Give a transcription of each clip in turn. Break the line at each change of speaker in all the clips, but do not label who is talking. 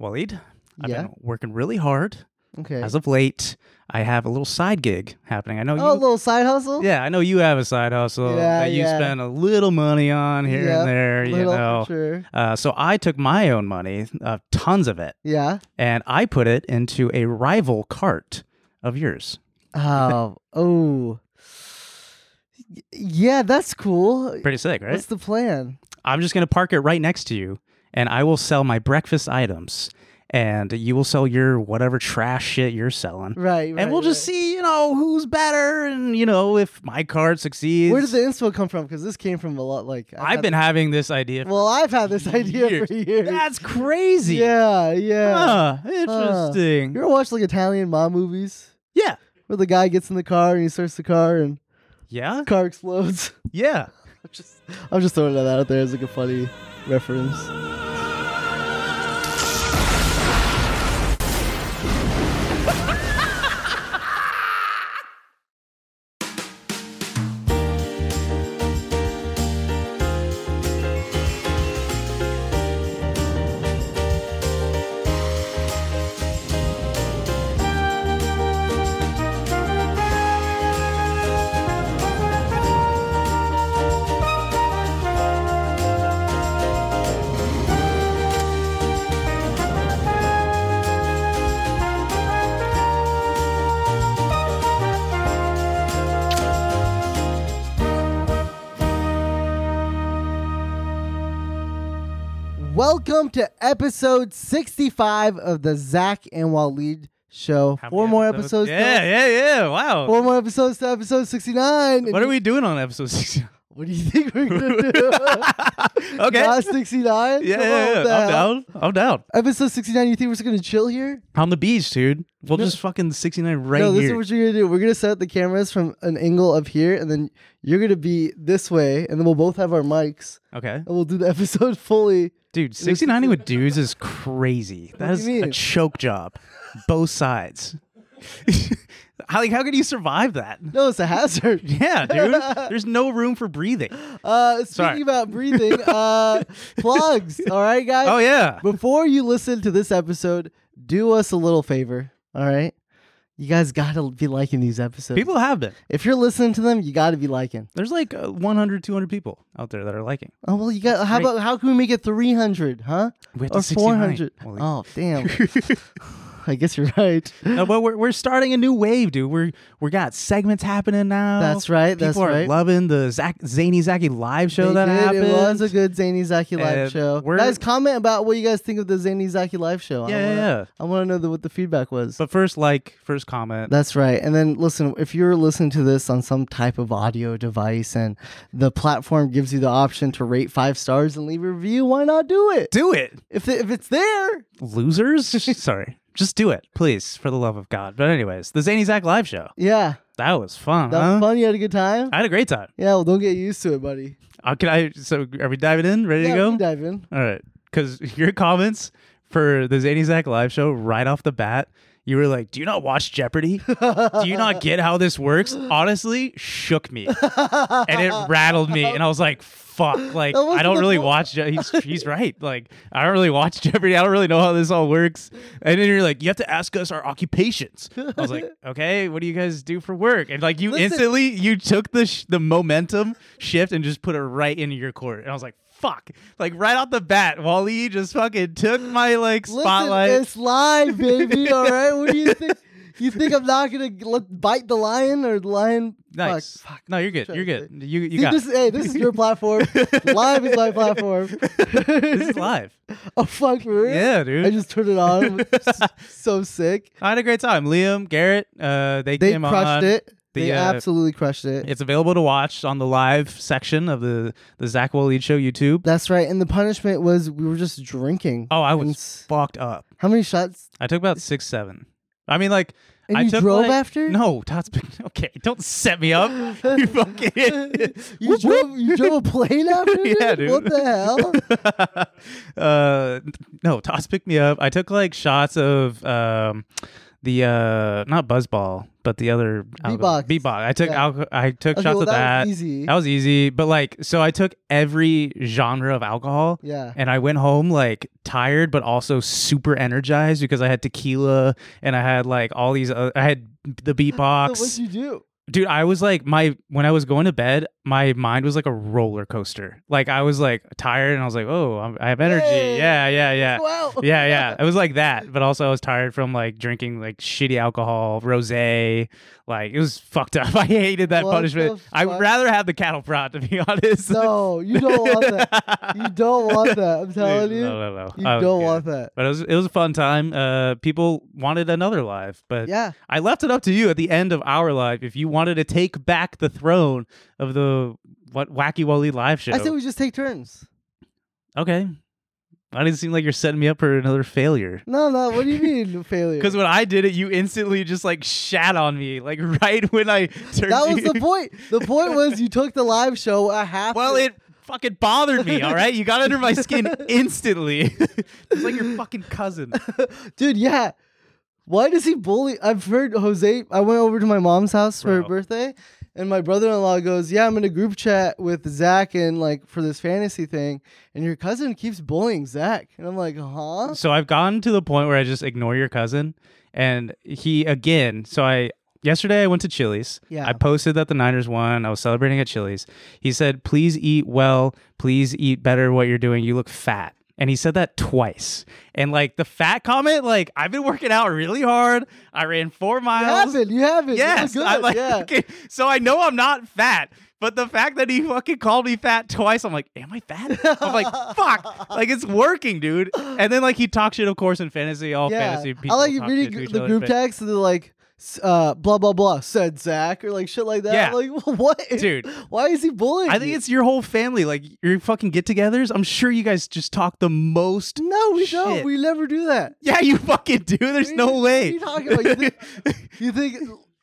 Waleed, I've
Yeah.
been working really hard.
Okay.
As of late, I have a little side gig happening. I know
oh, a
you.
little side hustle.
Yeah, I know you have a side hustle
Yeah,
that you
yeah.
spend a little money on here
Yep,
and there,
Little
you know.
for sure.
Uh, so I took my own money, uh, tons of it,
Yeah.
and I put it into a rival cart of yours.
Oh. oh. Y- Yeah, that's cool.
Pretty sick, right?
What's the plan?
I'm just going to park it right next to you, and I will sell my breakfast items, and you will sell your whatever trash shit you're selling.
Right. right
and we'll just
right.
see, you know, who's better, and you know if my card succeeds.
Where did the inspo come from? Because this came from a lot. Like
I've
had
been having this idea.
Well, I've had this idea
years.
for years.
That's crazy.
Yeah, yeah.
Huh, interesting.
You ever watch like Italian mob movies
yeah.
where the guy gets in the car and he starts the car and
Yeah.
the car explodes?
Yeah.
I'm just, I'm just throwing that out there as like a funny reference. Welcome to episode 65 of the Zach and Waleed Show.
How
Four
many
more episodes.
Yeah,
to-
yeah, yeah. Wow.
Four more episodes to episode 69. And
what are we doing on episode 60?
What do you think we're gonna do?
okay.
Not 69.
yeah,
Come on,
yeah,
what the
yeah. I'm
hell?
down. I'm down.
Episode 69. You think we're just gonna chill here?
On the beach, dude. We'll
No.
just fucking 69 right
no, this is
here.
what you're gonna do. We're gonna set up the cameras from an angle of here, and then you're gonna be this way, and then we'll both have our mics,
okay.
and we'll do the episode fully.
Dude, 69 with dudes is crazy. That
do
is
you
a
mean?
choke job. Both sides. how, like, how could you survive that?
No, it's a hazard.
Yeah, dude. There's no room for breathing.
Uh, speaking
Sorry.
about breathing, uh, plugs. All right, guys.
Oh, yeah.
Before you listen to this episode, do us a little favor. All right, you guys gotta be liking these episodes.
People have been.
if you're listening to them, you gotta be liking.
There's like uh, 100, 200 people out there that are liking.
Oh well, you got. How
Great.
about how can we make it three hundred? Huh?
We have
Or
to
four
69.
hundred?
Well,
Oh damn! I guess you're right.
No, but we're, we're starting a new wave, dude. We're we got segments happening now.
That's right,
People
that's
are
right.
loving the Zach, Zany Zachy live show
They
that
did.
happened.
It was a good Zany Zaki
And
live show.
we're-
Guys, comment about what you guys think of the Zany Zaki live show. I
Yeah, yeah,
wanna,
yeah.
I want to know the, what the feedback was.
But first, like, first comment.
That's right. And then listen, if you're listening to this on some type of audio device and the platform gives you the option to rate five stars and leave a review, why not do it?
do it,
If, it- if it's there,
losers. Sorry. Just do it, please, for the love of God. But anyways, the Zany Zach live show.
yeah,
That was fun.
that
huh?
was fun. You had a good time.
I had a great time.
yeah, well, don't get used to it, buddy.
Uh, can I? So, are we diving in? Ready
yeah,
to go?
we can dive in.
All right. Because your comments for the Zany Zach live show right off the bat, you were like, Do you not watch Jeopardy? Do you not get how this works? Honestly, shook me. and it rattled me. And I was like, Fuck. Like,
That was
I don't
the
really
point.
watch Je- he's, he's right. Like, I don't really watch Jeopardy. I don't really know how this all works. And then you're like, You have to ask us our occupations. I was like, Okay, what do you guys do for work? And like, you
Listen.
instantly, you took the, sh- the momentum shift and just put it right into your court. And I was like, Fuck! Like right off the bat, Wally just fucking took my like spotlight.
Listen, it's live, baby. All right, what do you think? You think I'm not gonna g- let, bite the lion or the lion? Fuck.
nice. No, you're good. You're good. You you
See,
got.
this,
This,
hey, this is your platform. live is my platform.
this is live.
oh fuck, for real?
Yeah, dude.
I just turned it on. I'm s- so sick.
I had a great time. Liam, Garrett, uh, they,
They
came
crushed
on.
it.
The,
they
uh,
absolutely crushed it.
It's available to watch on the live section of the the Zach Waleed Show YouTube.
That's right. And the punishment was we were just drinking.
Oh, I was
And s-
fucked up.
How many shots?
I took about six, seven. I mean, like.
And
I
you
took
drove
like-
after?
No, Todd's been okay. Don't set me up. You fucking. Whoop,
You
whoop.
drove. You drove a plane after.
Yeah, dude.
What the hell?
uh, no, Toss picked me up. I took like shots of um, the uh not buzzball, but the other
Beatbox.
Beatbox. I took
Yeah.
alco- I took
Okay,
shots
well,
at
that
that.
was easy.
That was easy, but like so I took every genre of alcohol.
yeah.
And I went home like tired, but also super energized because I had tequila and I had like all these. Uh, I had the
So what'd
beatbox,
you do?
dude. I was like my when I was going to bed, my mind was like a roller coaster. Like I was like tired, and I was like, oh, I'm, I have energy.
Yay.
Yeah, yeah, yeah,
Wow.
yeah, yeah. It was like that, but also I was tired from like drinking like shitty alcohol, rosé. Like it was fucked up. I hated that
What the
punishment. I would
fuck?
rather have the cattle prod, to be honest.
No, you don't want that. You don't want that. I'm telling you.
No, Oh, no, no.
You
I was
don't
good.
want that.
But it was it was a fun time. Uh, people wanted another live, but
Yeah.
I left it up to you at the end of our live if you wanted to take back the throne of the what wacky Wally live show.
I said we just take turns.
okay, that didn't seem like you're setting me up for another failure.
No, no. What do you mean failure?
Because when I did it, you instantly just like shat on me, like right when I turned.
that was
you-
the point. The point was you took the live show a half.
Well, it fucking bothered me. All right, you got under my skin instantly. it's like your fucking cousin.
dude. Yeah. Why does he bully? I've heard Jose. I went over to my mom's house for her
Bro.
birthday, and my brother-in-law goes, "Yeah, I'm in a group chat with Zach and like for this fantasy thing, and your cousin keeps bullying Zach." And I'm like, "Huh?"
so I've gotten to the point where I just ignore your cousin, and he again. So I yesterday I went to Chili's.
Yeah.
I posted that the Niners won. I was celebrating at Chili's. He said, "Please eat well. Please eat better. What you're doing. You look fat." And he said that twice. And like the fat comment, like I've been working out really hard. I ran four
You
miles.
haven't. You haven't. You're
Yes,
good.
I'm like,
yeah.
okay, so I know I'm not fat, but the fact that he fucking called me fat twice, I'm like, am I fat? I'm like, fuck, like it's working, dude. And then like he talks shit, of course, in fantasy, all
yeah.
fantasy people.
I like
talk
reading
shit to each
the
other,
group
but-
text and they're like, s- uh, blah blah blah said Zach or like shit like that.
Yeah.
I'm like what,
Dude.
Why is he bullying?
I think
you?
it's your whole family, like your fucking get-togethers. I'm sure you guys just talk the most.
no, we
Shit.
don't. We never do that.
Yeah, you fucking do. There's
What
no
are you-
way.
What are you talking about? You think, you think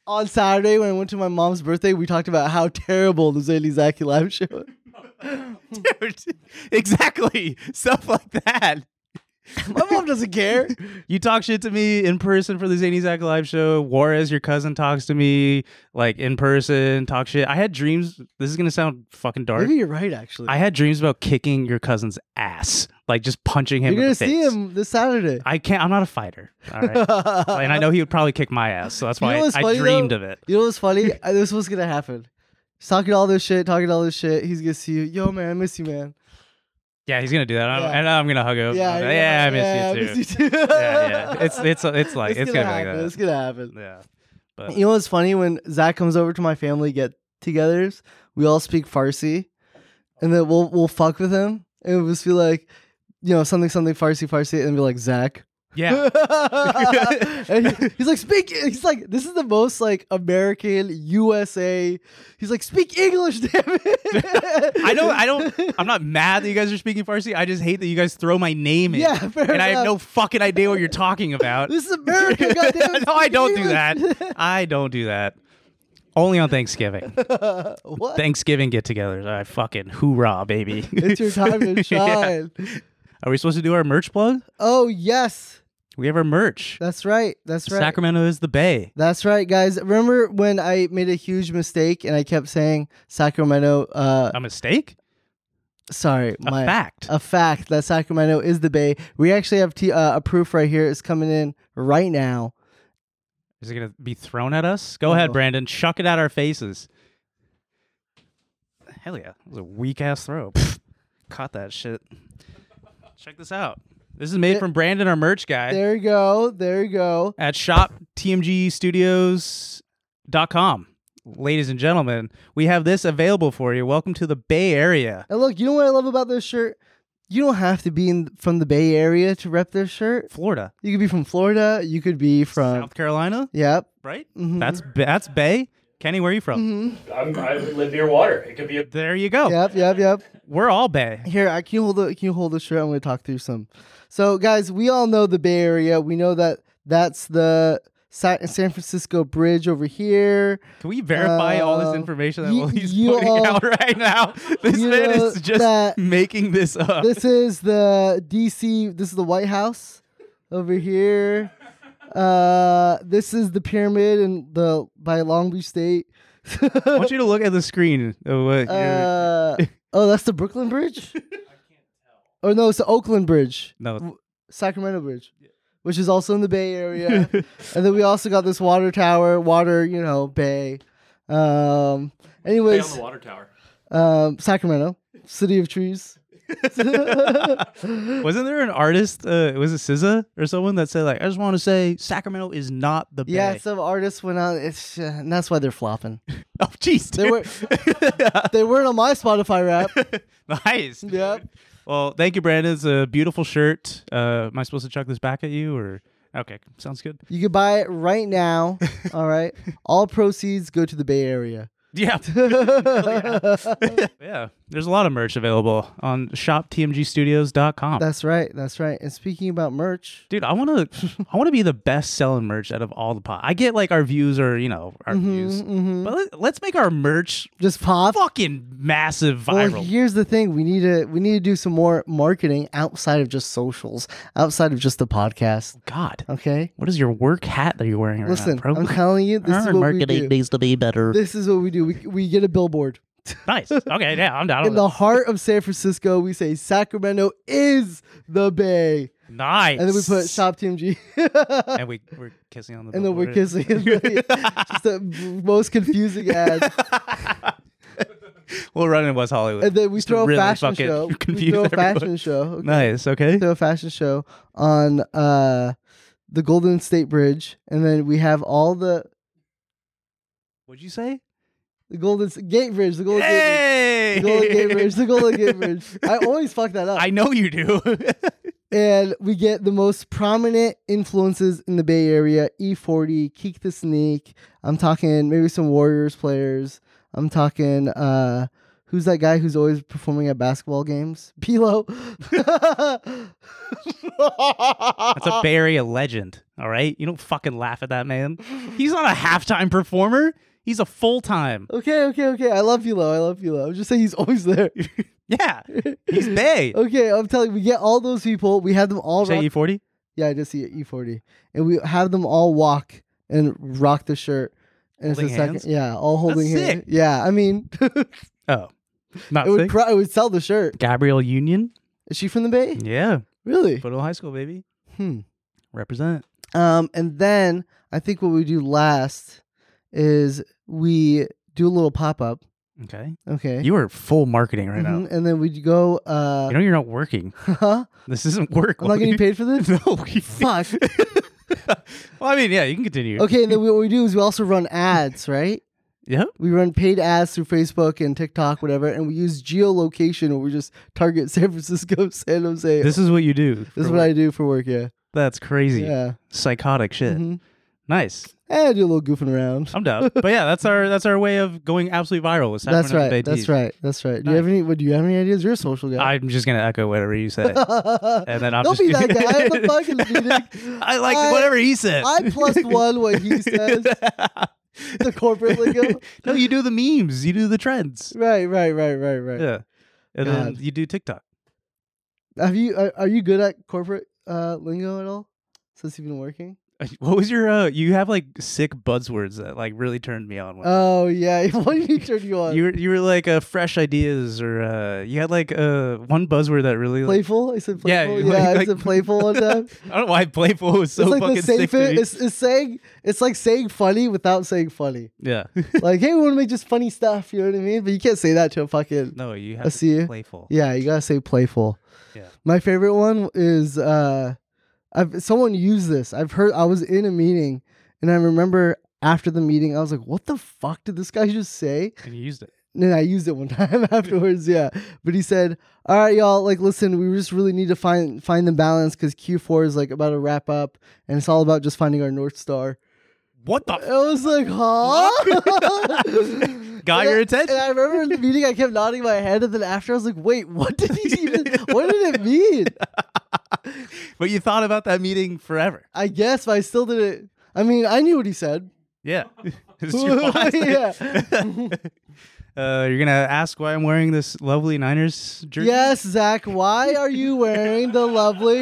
on Saturday when I went to my mom's birthday, we talked about how terrible the Zaylee Zaki live show. was?
Dude, exactly. Stuff like that.
My mom doesn't care.
You talk shit to me in person for the Zany Zach live show. Juarez, your cousin, talks to me like in person, talk shit. I had dreams. This is gonna sound fucking dark.
Maybe you're right. Actually,
I had dreams about kicking your cousin's ass, like just punching him.
you're
in
gonna
the
see
face.
him this Saturday.
I can't. I'm not a fighter. All right. and I know he would probably kick my ass, so that's
You know
why
what's
I,
funny,
dreamed
though?
of it.
You know what's funny? I, this was gonna happen. He's talking all this shit, talking all this shit. He's gonna see you. Yo, man, I miss you, man.
Yeah, he's gonna do that,
Yeah.
and I'm gonna hug him.
Yeah,
yeah,
you're
I miss
like, yeah,
you too.
I miss you too.
yeah, yeah. It's it's it's like it's, gonna,
happen.
be like
It's gonna happen.
that. Yeah, but
You know what's funny? When Zach comes over to my family get-togethers, we all speak Farsi, and then we'll we'll fuck with him, and we'll just be like, you know, something something Farsi Farsi, and be like Zach.
yeah,
and he- he's like, speak. E-" He's like, this is the most like American USA. He's like, speak English, damn it.
I don't. I don't. I'm not mad that you guys are speaking Farsi. I just hate that you guys throw my name in.
Yeah, fair
and I have
enough.
no fucking idea what you're talking about.
This is America, goddamn.
no, I don't do that. I don't do that. Only on Thanksgiving.
what?
Thanksgiving get-togethers. I fucking hoorah, baby.
it's your time to
Yeah.
shine.
Are we supposed to do our merch plug?
Oh yes,
We have our merch.
that's right. That's right.
Sacramento is the Bay.
That's right, guys. Remember when I made a huge mistake and I kept saying Sacramento? Uh,
A mistake?
sorry,
A
my
fact.
a fact that Sacramento is the Bay. We actually have t- uh, a proof right here. It's coming in right now.
is it gonna be thrown at us? Go
No.
ahead, Brandon. Chuck it at our faces. Hell yeah! That was a weak ass throw. Pfft. Caught that shit. Check this out. This is made
There-
from Brandon, our merch guy.
There you go. There you go.
at shoptmgstudios.com. Ladies and gentlemen, we have this available for you. Welcome to the Bay Area.
And look, you know what I love about this shirt? You don't have to be in, from the Bay Area to rep this shirt.
Florida,
You could be from Florida. You could be from.
South Carolina,
Yep.
right?
Mhm.
That's that's Bay. Kenny, where are you from?
Mm-hmm.
I'm, I live near water. It could be a
There you go.
Yep. Yep. Yep.
We're all Bay.
Here, I can you hold the can you hold the shirt? I'm gonna talk through some. So, guys, we all know the Bay Area. We know that that's the Sa- San Francisco Bridge over here.
Can we verify all
Uh,
this information that
you-
Willie's
you
putting
all-
out right now? This
you
man
know
is just
that-
making this up.
This is the DC. This is the White House over here. Uh, this is the pyramid and the by Long Beach State.
I want you to look at the screen. Of what you're-
Uh, oh, that's the Brooklyn Bridge. Or no, it's the Oakland Bridge,
no,
Sacramento Bridge, which is also in the Bay Area. and then we also got this water tower, water, you know, bay. Um,
Stay on
anyways,
the water tower.
um, Sacramento, city of trees.
wasn't there an artist? Uh, was it SZA or someone that said like, "I just want to say Sacramento is not the Bay."
yeah, some artists went out. It's uh, and that's why they're flopping.
oh, jeez,
They were
dude.
they weren't on my Spotify rap.
nice.
Yep.
Well, thank you, Brandon. It's a beautiful shirt. Uh, am I supposed to chuck this back at you or? Okay, sounds good.
You can buy it right now. All right. All proceeds go to the Bay Area.
Yeah, yeah. There's a lot of merch available on shoptmgstudios.com.
That's right. That's right. And speaking about merch,
Dude, I want to, I want to be the best selling merch out of all the pot. I get like our views are, you know, our
Mm-hmm,
views, but let, let's make our merch
just pop.
fucking massive
Well,
viral.
here's the thing. We need to we need to do some more marketing outside of just socials, outside of just the podcast.
God,
Okay?
what is your work hat that you're wearing right
Listen,
now, bro?
I'm telling you, this is
Uh, Our
what we do.
marketing needs to be better.
This is what we do. We, we get a billboard.
nice. Okay, yeah, I'm down.
In
With
the
it.
heart of San Francisco, we say Sacramento is the Bay.
Nice.
And then we put Shop TMG.
and we we're kissing on the.
and then we're
billboard.
kissing. just the most confusing ad.
We'll run in West Hollywood.
And then we
Just to
throw a
really
fashion
fucking
show. We
Confuse
throw a
everybody.
fashion show. Okay.
Nice. Okay.
throw a fashion show on uh the Golden State Bridge, and then we have all the
What'd you say?
the Golden S- Gate Bridge, the Golden Gate
Hey.
Bridge, the Golden Gate Bridge, the Golden Gate Bridge. I always fuck that up.
I know you do.
and we get the most prominent influences in the Bay Area: E40, Keek the Sneak. I'm talking maybe some Warriors players. I'm talking uh. Who's that guy who's always performing at basketball games? Pilo.
That's
Uh,
a Bay Area legend. All right. You don't fucking laugh at that man. He's not a halftime performer. He's a full time.
Okay, okay, okay. I love Philo. I love Philo. I'm just saying he's always there.
Yeah. He's Bay.
okay, I'm telling you, we get all those people. We have them all.
Say E
Rock-
E40.
yeah, I just see E40, and we have them all walk and rock the shirt. And it's
Holding
the
hands?
second, yeah, all holding
That's sick.
hands. Yeah, I mean, it
Oh, not
would
sick?
pro- it would sell the shirt.
Gabrielle Union.
Is she from the Bay?
Yeah.
Really?
Photo High School, baby.
Hmm.
Represent.
Um, and then I think what we do last is we do a little pop up.
Okay.
Okay.
You are full marketing right
Mhm,
now.
And then we go. Uh,
You know you're not working.
huh?
This isn't work.
I'm not getting paid for this.
No.
Fuck.
well, I mean, yeah, you can continue.
Okay, and then what we do is we also run ads, right?
Yep.
We run paid ads through Facebook and TikTok, whatever, and we use geolocation where we just target San Francisco, San Jose. This,
This is what you do.
is what I do for work, yeah.
That's crazy.
Yeah.
Psychotic shit.
Mhm.
Nice.
And I do a little goofing around.
I'm down. but yeah, that's our that's our way of going absolutely viral. With
That's
Sacramento Bay
right. That's
Tees.
right. That's right. Do you have any what do you have any ideas? You're a social guy.
I'm just gonna echo whatever you say, and then I'm
Don't
just
be that guy. What the fuck is meeting?
I like
I-
whatever he said.
I plus one what he says, the corporate lingo.
no, you do the memes. You do the trends.
Right, right, right, right, right.
Yeah, and then
God.
you do TikTok.
Have you are, are you good at corporate uh, lingo at all? Since you've been working?
Uh, What was your? uh You have like sick buzzwords that like really turned me on. When
Oh yeah. what did he turn you on?
you were you were like uh, fresh ideas, or uh you had like uh one buzzword that really. like-
playful? I said
Yeah,
playful.
you-
Yeah, I
like-
said playful one time.
I don't know why playful was so
it's like
fucking
the same
sick to
thing.
me.
It's, it's saying it's like saying funny without saying funny.
Yeah.
Like, hey, we want to make just funny stuff. You know what I mean? But you can't say that to a fucking.
no, you have
I
to
see
be
you.
playful.
Yeah, you gotta say playful.
Yeah.
My favorite one is uh, I've someone used this. I've heard. I was in a meeting, and I remember after the meeting, I was like, "What the fuck did this guy just say?"
And you used it.
And then I used it one time afterwards, yeah. But he said, "All right, y'all, like listen, we just really need to find find the balance because Q4 is like about to wrap up, and it's all about just finding our north star."
What the
I was like, "Huh?"
got
And
your
I-
attention?
And I remember in the meeting, I kept nodding my head, and then after, I was like, "Wait, what did he even? what did it mean?"
but you thought about that meeting forever.
I guess, but I still didn't. I mean, I knew what he said.
Yeah. It's your boss.
Yeah.
Uh, you're gonna ask why I'm wearing this lovely Niners jersey.
Yes, Zach, why are you wearing the lovely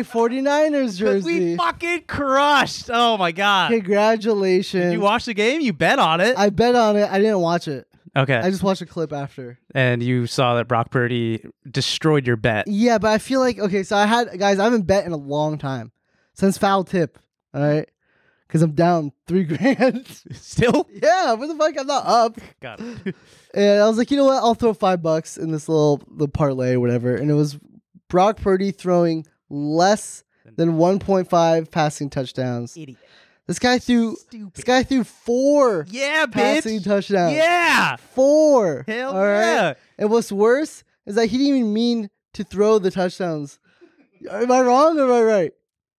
49ers
'Cause
jersey?
we fucking crushed. Oh my god!
Congratulations.
You watched the game. You bet on it.
I bet on it. I didn't watch it.
okay.
I just watched a clip after.
and you saw that Brock Purdy destroyed your bet.
Yeah, but I feel like okay. So I had guys. I haven't bet in a long time since foul tip. All right, because I'm down three grand.
Still
yeah, what the fuck? I'm not up.
got
And I was like, you know what? I'll throw five bucks in this little the parlay or whatever. And it was Brock Purdy throwing less than 1.5 passing touchdowns.
idiot.
This guy threw. This guy threw four
Yeah,
passing
bitch.
touchdowns.
Yeah.
Four.
Hell
all right?
yeah.
And what's worse is that he didn't even mean to throw the touchdowns. Am I wrong or am I right?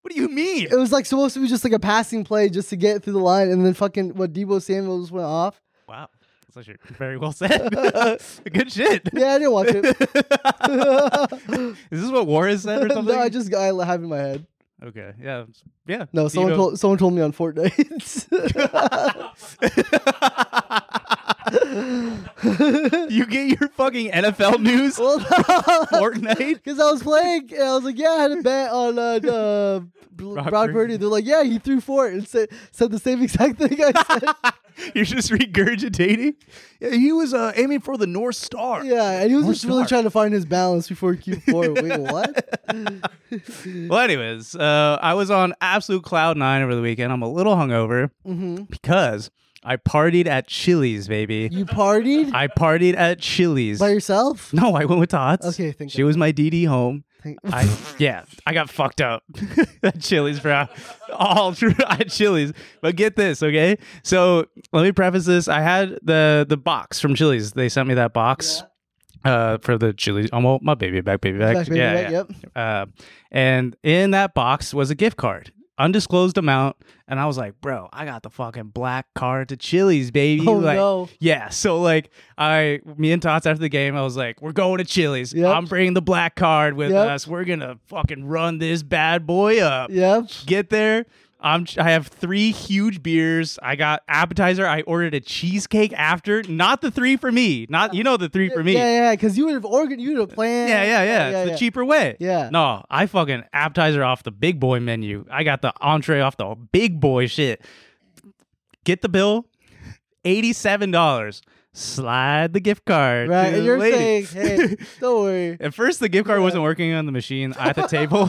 What do you mean?
It was like supposed to be just like a passing play just to get through the line, and then fucking what Debo Samuel just went off.
Wow. That's actually very well said. Good shit.
Yeah, I didn't watch it.
Is this what Warren said or something?
no, I just I have it in my head.
Okay. Yeah. Yeah.
No, someone
Debo-
told someone told me on Fortnite.
you get your fucking NFL news
well,
Fortnite.
Because I was playing, and I was like, "Yeah, I had a bet on uh, uh, Bl-
Brock
Brock
Purdy.
Purdy." They're like, "Yeah, he threw for it," and said said the same exact thing I said.
You're just regurgitating. Yeah, he was uh, aiming for the North Star.
yeah, and he was
More
just really
smart.
trying to find his balance before Q4. Wait, what?
Well, anyways, uh, I was on absolute cloud nine over the weekend. I'm a little hungover Mm-hmm.
Mhm.
because I partied at Chili's, baby.
You partied
I partied at Chili's.
by yourself?
no, I went with Tots.
Okay, thank
she was my DD home.
Thank-
I yeah, I got fucked up at Chili's, bro. All through at Chili's. But get this, okay? So let me preface this. I had the the box from Chili's. They sent me that box. Uh, for the Chili's, oh well, my baby back, baby back,
Back, baby,
yeah,
back,
yeah.
Yep.
Uh, and in that box was a gift card, undisclosed amount. And I was like, bro, I got the fucking black card to Chili's, baby.
Oh
like,
no.
yeah, so like I, me and Tots after the game, I was like, "We're going to Chili's.
Yep.
I'm bringing the black card with uh,
Yep.
us. We're gonna fucking run this bad boy up.
Yep.
Get there. I'm. I have three huge beers. I got appetizer. I ordered a cheesecake after. Not the three for me. Not you know the three for me.
Yeah, yeah. Because you would have organ, you would have planned.
Yeah, yeah, yeah. It's the cheaper way.
Yeah.
No, I fucking appetizer off the big boy menu. I got the entree off the big boy shit. Get the bill, eighty-seven dollars. Slide the gift card.
Right,
to
and
the
you're
lady.
saying, "Hey, don't worry."
At first, the gift card wasn't working on the machine at the table.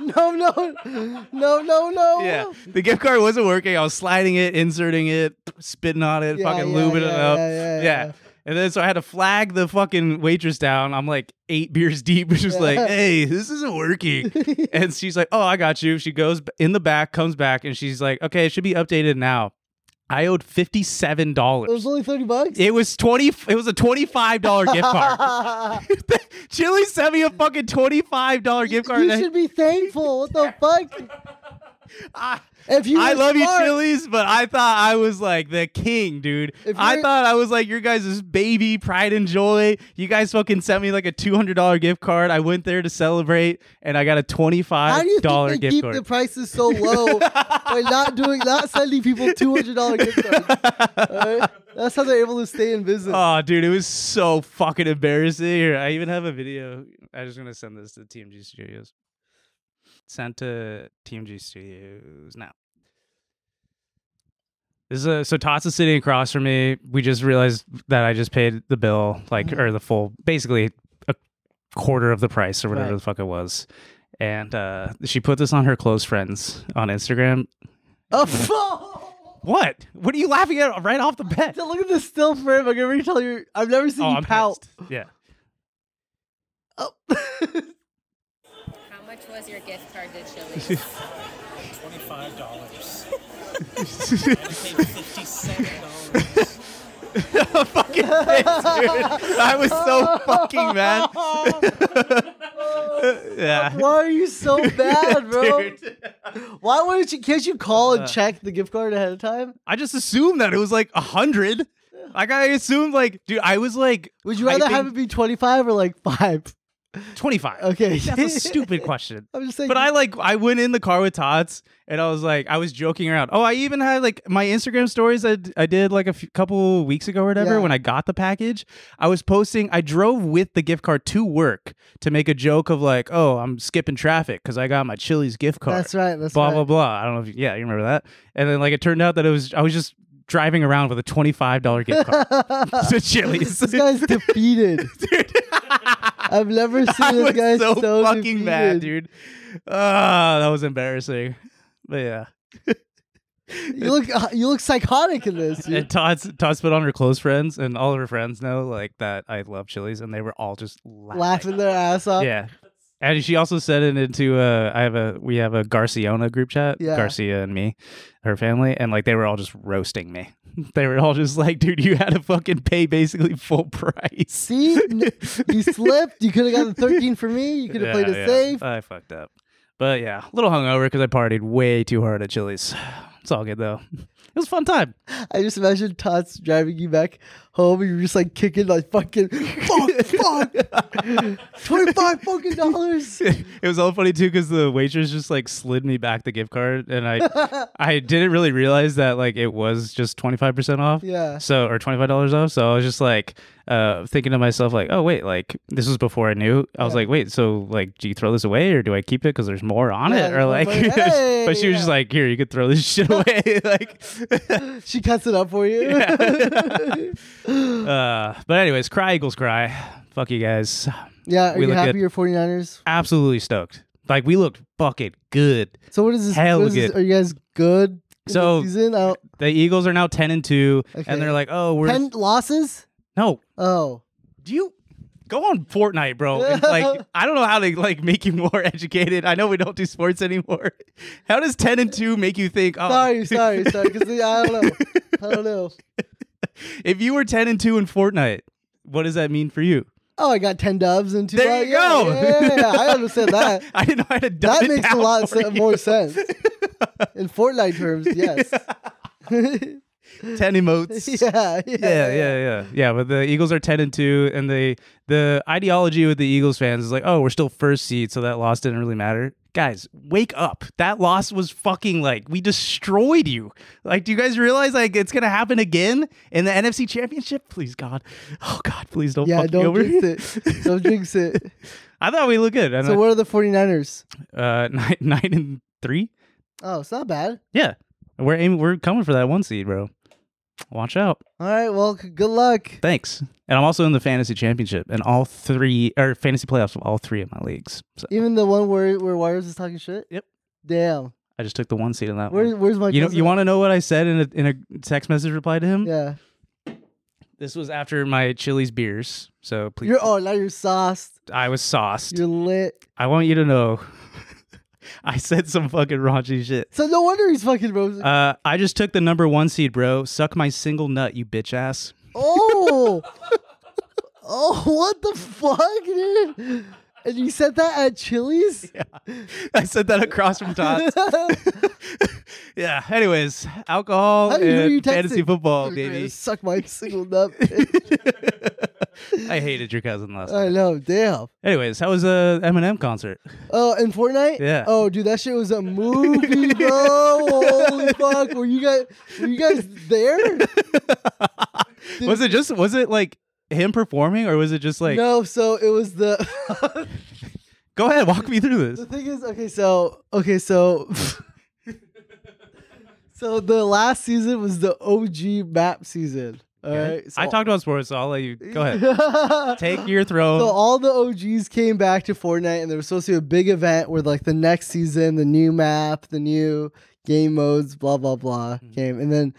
No, no, no, no, no.
yeah, the gift card wasn't working. I was sliding it, inserting it, spitting on it,
Yeah,
fucking
yeah,
lubing it
yeah,
up.
yeah, yeah, yeah.
And then so I had to flag the fucking waitress down. I'm like eight beers deep, which is like,
Yeah.
hey, this isn't working. and she's like, oh, I got you. She goes b- in the back, comes back, and she's like, okay, it should be updated now. I owed fifty seven
It was
dollars.
only thirty bucks.
It was twenty. It was a twenty five dollar gift card. Chili sent me a fucking twenty five dollar gift card. eh?
You
and I-
should be thankful. What the fuck?
I-
If you,
I
were
love
smart,
you, Chili's, but I thought I was like the king, dude.
If
I
you're-
thought I was like your guys' baby, pride and joy. You guys fucking sent me like a two hundred dollar gift card. I went there to celebrate, and I got a twenty
How
five
do you
dollar
think they
gift
keep
card.
the prices so low by not doing, not sending people two hundred dollar gift cards? All right? That's how they're able to stay in business.
Oh, dude, it was so fucking embarrassing. Here, I even have a video. I'm just gonna send this to TMG Studios. Sent to TMG Studios now. This is a, so Tots is sitting across from me. We just realized that I just paid the bill, like or the full, basically a quarter of the price or whatever
Right.
the fuck it was. And uh, she put this on her close friends on Instagram.
Oh, fuck.
What? What are you laughing at right off the bat?
Look at this still frame. I can really tell you. I've never seen
Oh,
you
I'm
pout.
pissed. Yeah.
Oh.
How much was your gift card to Chili's?
Twenty-five dollars. Fifty-seven dollars.
fucking face, dude. I was so fucking mad. yeah.
Why are you so bad, bro?
Dude.
Why wouldn't you? Can't you call
Uh.
and check the gift card ahead of time?
I just assumed that it was like a hundred. Like I assumed, like, dude, I was like,
Would you rather
hyping-
have it be twenty five or like five?
25.
Okay.
That's a stupid question.
I'm just saying.
But I like I went in the car with Tots and I was like I was joking around. Oh, I even had like my Instagram stories I, d- I did like a few, couple weeks ago or whatever
Yeah.
when I got the package. I was posting I drove with the gift card to work to make a joke of like, "Oh, I'm skipping traffic cuz I got my Chili's gift card."
That's right. That's
blah
right.
blah blah. I don't know if you, yeah, you remember that. And then like it turned out that it was I was just driving around with a $25 gift card to Chili's.
This guy's defeated. I've never seen
I
this
was
guy
so, fucking
defeated.
mad, dude. Ah, that was embarrassing. But yeah,
You look, uh, you look psychotic in this. dude.
and Todd's Todd's put on her close friends, and all of her friends know like that I love Chili's, and they were all just laughing.
Laughing their ass off.
Yeah, and she also said it into uh, I have a we have a Garciona group chat,
Yeah.
Garcia and me, her family, and like they were all just roasting me. They were all just like, dude, you had to fucking pay basically full price.
See, N- you slipped. You could have gotten 13 for me. You could have played it safe.
I fucked up. But yeah, a little hungover because I partied way too hard at Chili's. It's all good though. It was a fun time.
I just imagine Tots driving you back home. You're just like kicking, like fucking, fuck, fuck, 25 fucking dollars.
It was all funny too because the waitress just like slid me back the gift card, and I I didn't really realize that like it was just twenty five percent off.
Yeah.
So or twenty five dollars off. So I was just like uh thinking to myself like, oh wait, like this was before I knew. I was like, wait, so like do you throw this away or do I keep it because there's more on it
Yeah,
or
there's more
like?
money.
but she
Hey,
was just
yeah.
like, here, you could throw this shit away. like
She cuts it up for you.
Uh, but anyways, cry equals cry. Fuck you guys.
Yeah, are
We
you
look
happy
good.
you're 49ers?
Absolutely stoked. Like we looked fucking good.
So what is this?
Hell
what is this-
good.
Are you guys good? in
So-
the season out
The Eagles are now ten and two,
Okay.
and they're like, oh, we're
ten losses.
no.
Oh,
Do you go on Fortnite, bro? And, like I don't know how to like make you more educated. I know we don't do sports anymore. How does ten and two make you think? Oh,
sorry, sorry, sorry. Because I don't know. I don't know.
if you were ten and two in Fortnite, what does that mean for you?
Oh, I got ten dubs and two.
There
losses.
you go.
Yeah, yeah, I understand that.
I didn't know how to. dumb
that
it
makes a
down
lot
for
se-
you.
more sense. In Fortnite terms, yes.
Ten emotes.
yeah, yeah,
yeah, yeah, yeah, yeah. But the Eagles are ten and two, and they the ideology with the Eagles fans is like, oh, we're still first seed, so that loss didn't really matter. Guys, wake up! That loss was fucking like we destroyed you. Like, do you guys realize like it's gonna happen again in the NFC Championship? Please God, oh God, please don't
Yeah,
fuck
don't
me over.
jinx it. Don't jinx it.
I thought we looked good. And
So what are the 49ers?
uh, nine, nine and three.
Oh, it's not bad.
Yeah, we're aiming, we're coming for that one seed, bro. Watch out.
All right, well, c- good luck.
Thanks. And I'm also in the fantasy championship and all three or fantasy playoffs of all three of my leagues. So
Even the one where where Wires is talking shit.
Yep.
Damn.
I just took the one seat in that
Where,
one.
where's my?
You know,
cousin?
you want to know what I said in a in a text message reply to him?
Yeah.
This was after my Chili's beers, so please.
You're oh now you're sauced.
I was sauced.
You're lit.
I want you to know, I said some fucking raunchy shit.
So no wonder he's fucking rose.
Uh, I just took the number one seed, bro. Suck my single nut, you bitch ass.
oh. oh, what the fuck, dude? And you said that at Chili's?
I said that across from Todd. yeah. Anyways, alcohol
How- who are you
and
texting?
fantasy football,
You're gonna
baby.
Suck my single nut. bitch.
I hated your cousin last
I
night.
know. Damn.
Anyways, how was the Eminem concert?
Oh, and Fortnite?
Yeah.
Oh, dude, that shit was a movie, bro. Holy fuck. Were you guys were you guys there?
was it just was it like him performing or was it just like
no, so it was the
go ahead, walk me through
The
this.
thing is, okay, so okay, so so the last season was the OG map season. All right, so,
I talked about sports, so I'll let you go ahead. Take your throne.
so all the OGs came back to Fortnite, and there was supposed to be a big event where like the next season, the new map, the new game modes, blah blah blah
Mm-hmm.
came, and then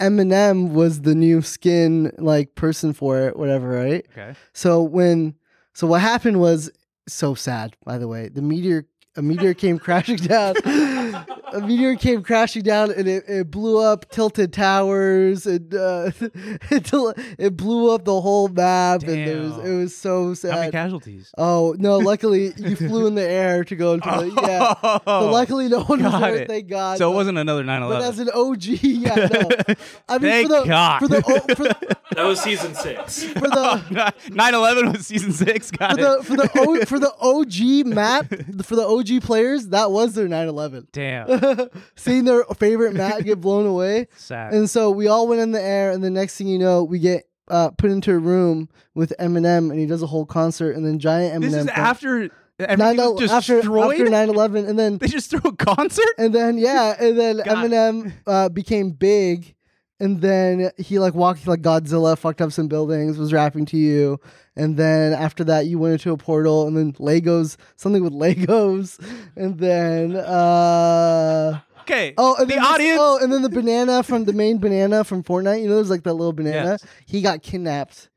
Eminem was the new skin like person for it, whatever, right?
okay.
So when so what happened was so sad, by the way. The meteor a meteor came crashing down a meteor came crashing down and it, it blew up tilted towers and uh, it, del- it blew up the whole map and it was
Damn.
it was so
How many
sad.
casualties?
oh no! Luckily you flew in the air to go into the yeah. So luckily no one was
Oh, Got
hurt.
it.
Thank God.
So it
but-
wasn't another 9
But as
11.
an OG, yeah, no. I
Thank
mean, for the
God.
for the o- for the
That was season six.
for the
9 11 was season 6. Got
for the
it.
for the o, for the OG map for the OG players that was their 9/11.
Damn.
Seeing their favorite map get blown away,
Sad.
and so we all went in the air, and the next thing you know, we get uh, put into a room with Eminem, and he does a whole concert, and then giant Eminem.
this is
fan-
after everything
9
was
after
destroyed.
after 9/11, and then
they just threw a concert?
and then yeah, and then
God.
Eminem uh, became big, and then he like walked like Godzilla, fucked up some buildings, was rapping to you, and then after that you went into a portal, and then Legos, something with Legos, and then uh
Okay.
oh, and
the
then this-
audience.
oh, and then the banana from the main banana from Fortnite, you know, there's like that little banana.
Yes.
He got kidnapped.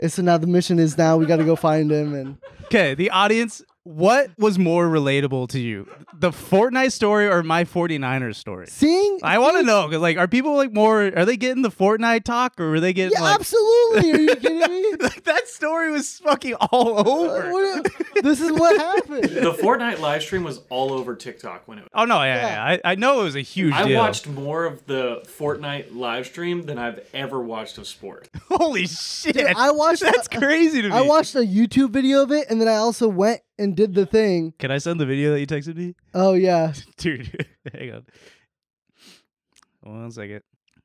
And so now the mission is now we got to go find him and
Okay, the audience, what was more relatable to you? The Fortnite story or my 49ers story?
seeing
I want to know because, like, are people like more? Are they getting the Fortnite talk, or are they getting
yeah
like?
absolutely are you kidding me
Like, that story was fucking all over.
What a- this is what happened.
The Fortnite live stream was all over TikTok when it was.
oh no, yeah, yeah. I, I know it was a huge
I
deal.
watched more of the Fortnite live stream than I've ever watched a sport.
Holy shit!
I watched-
That's crazy to me.
I watched a YouTube video of it, and then I also went and did the thing.
Can I send the video that you texted me,
Oh yeah,
dude? hang on. One second.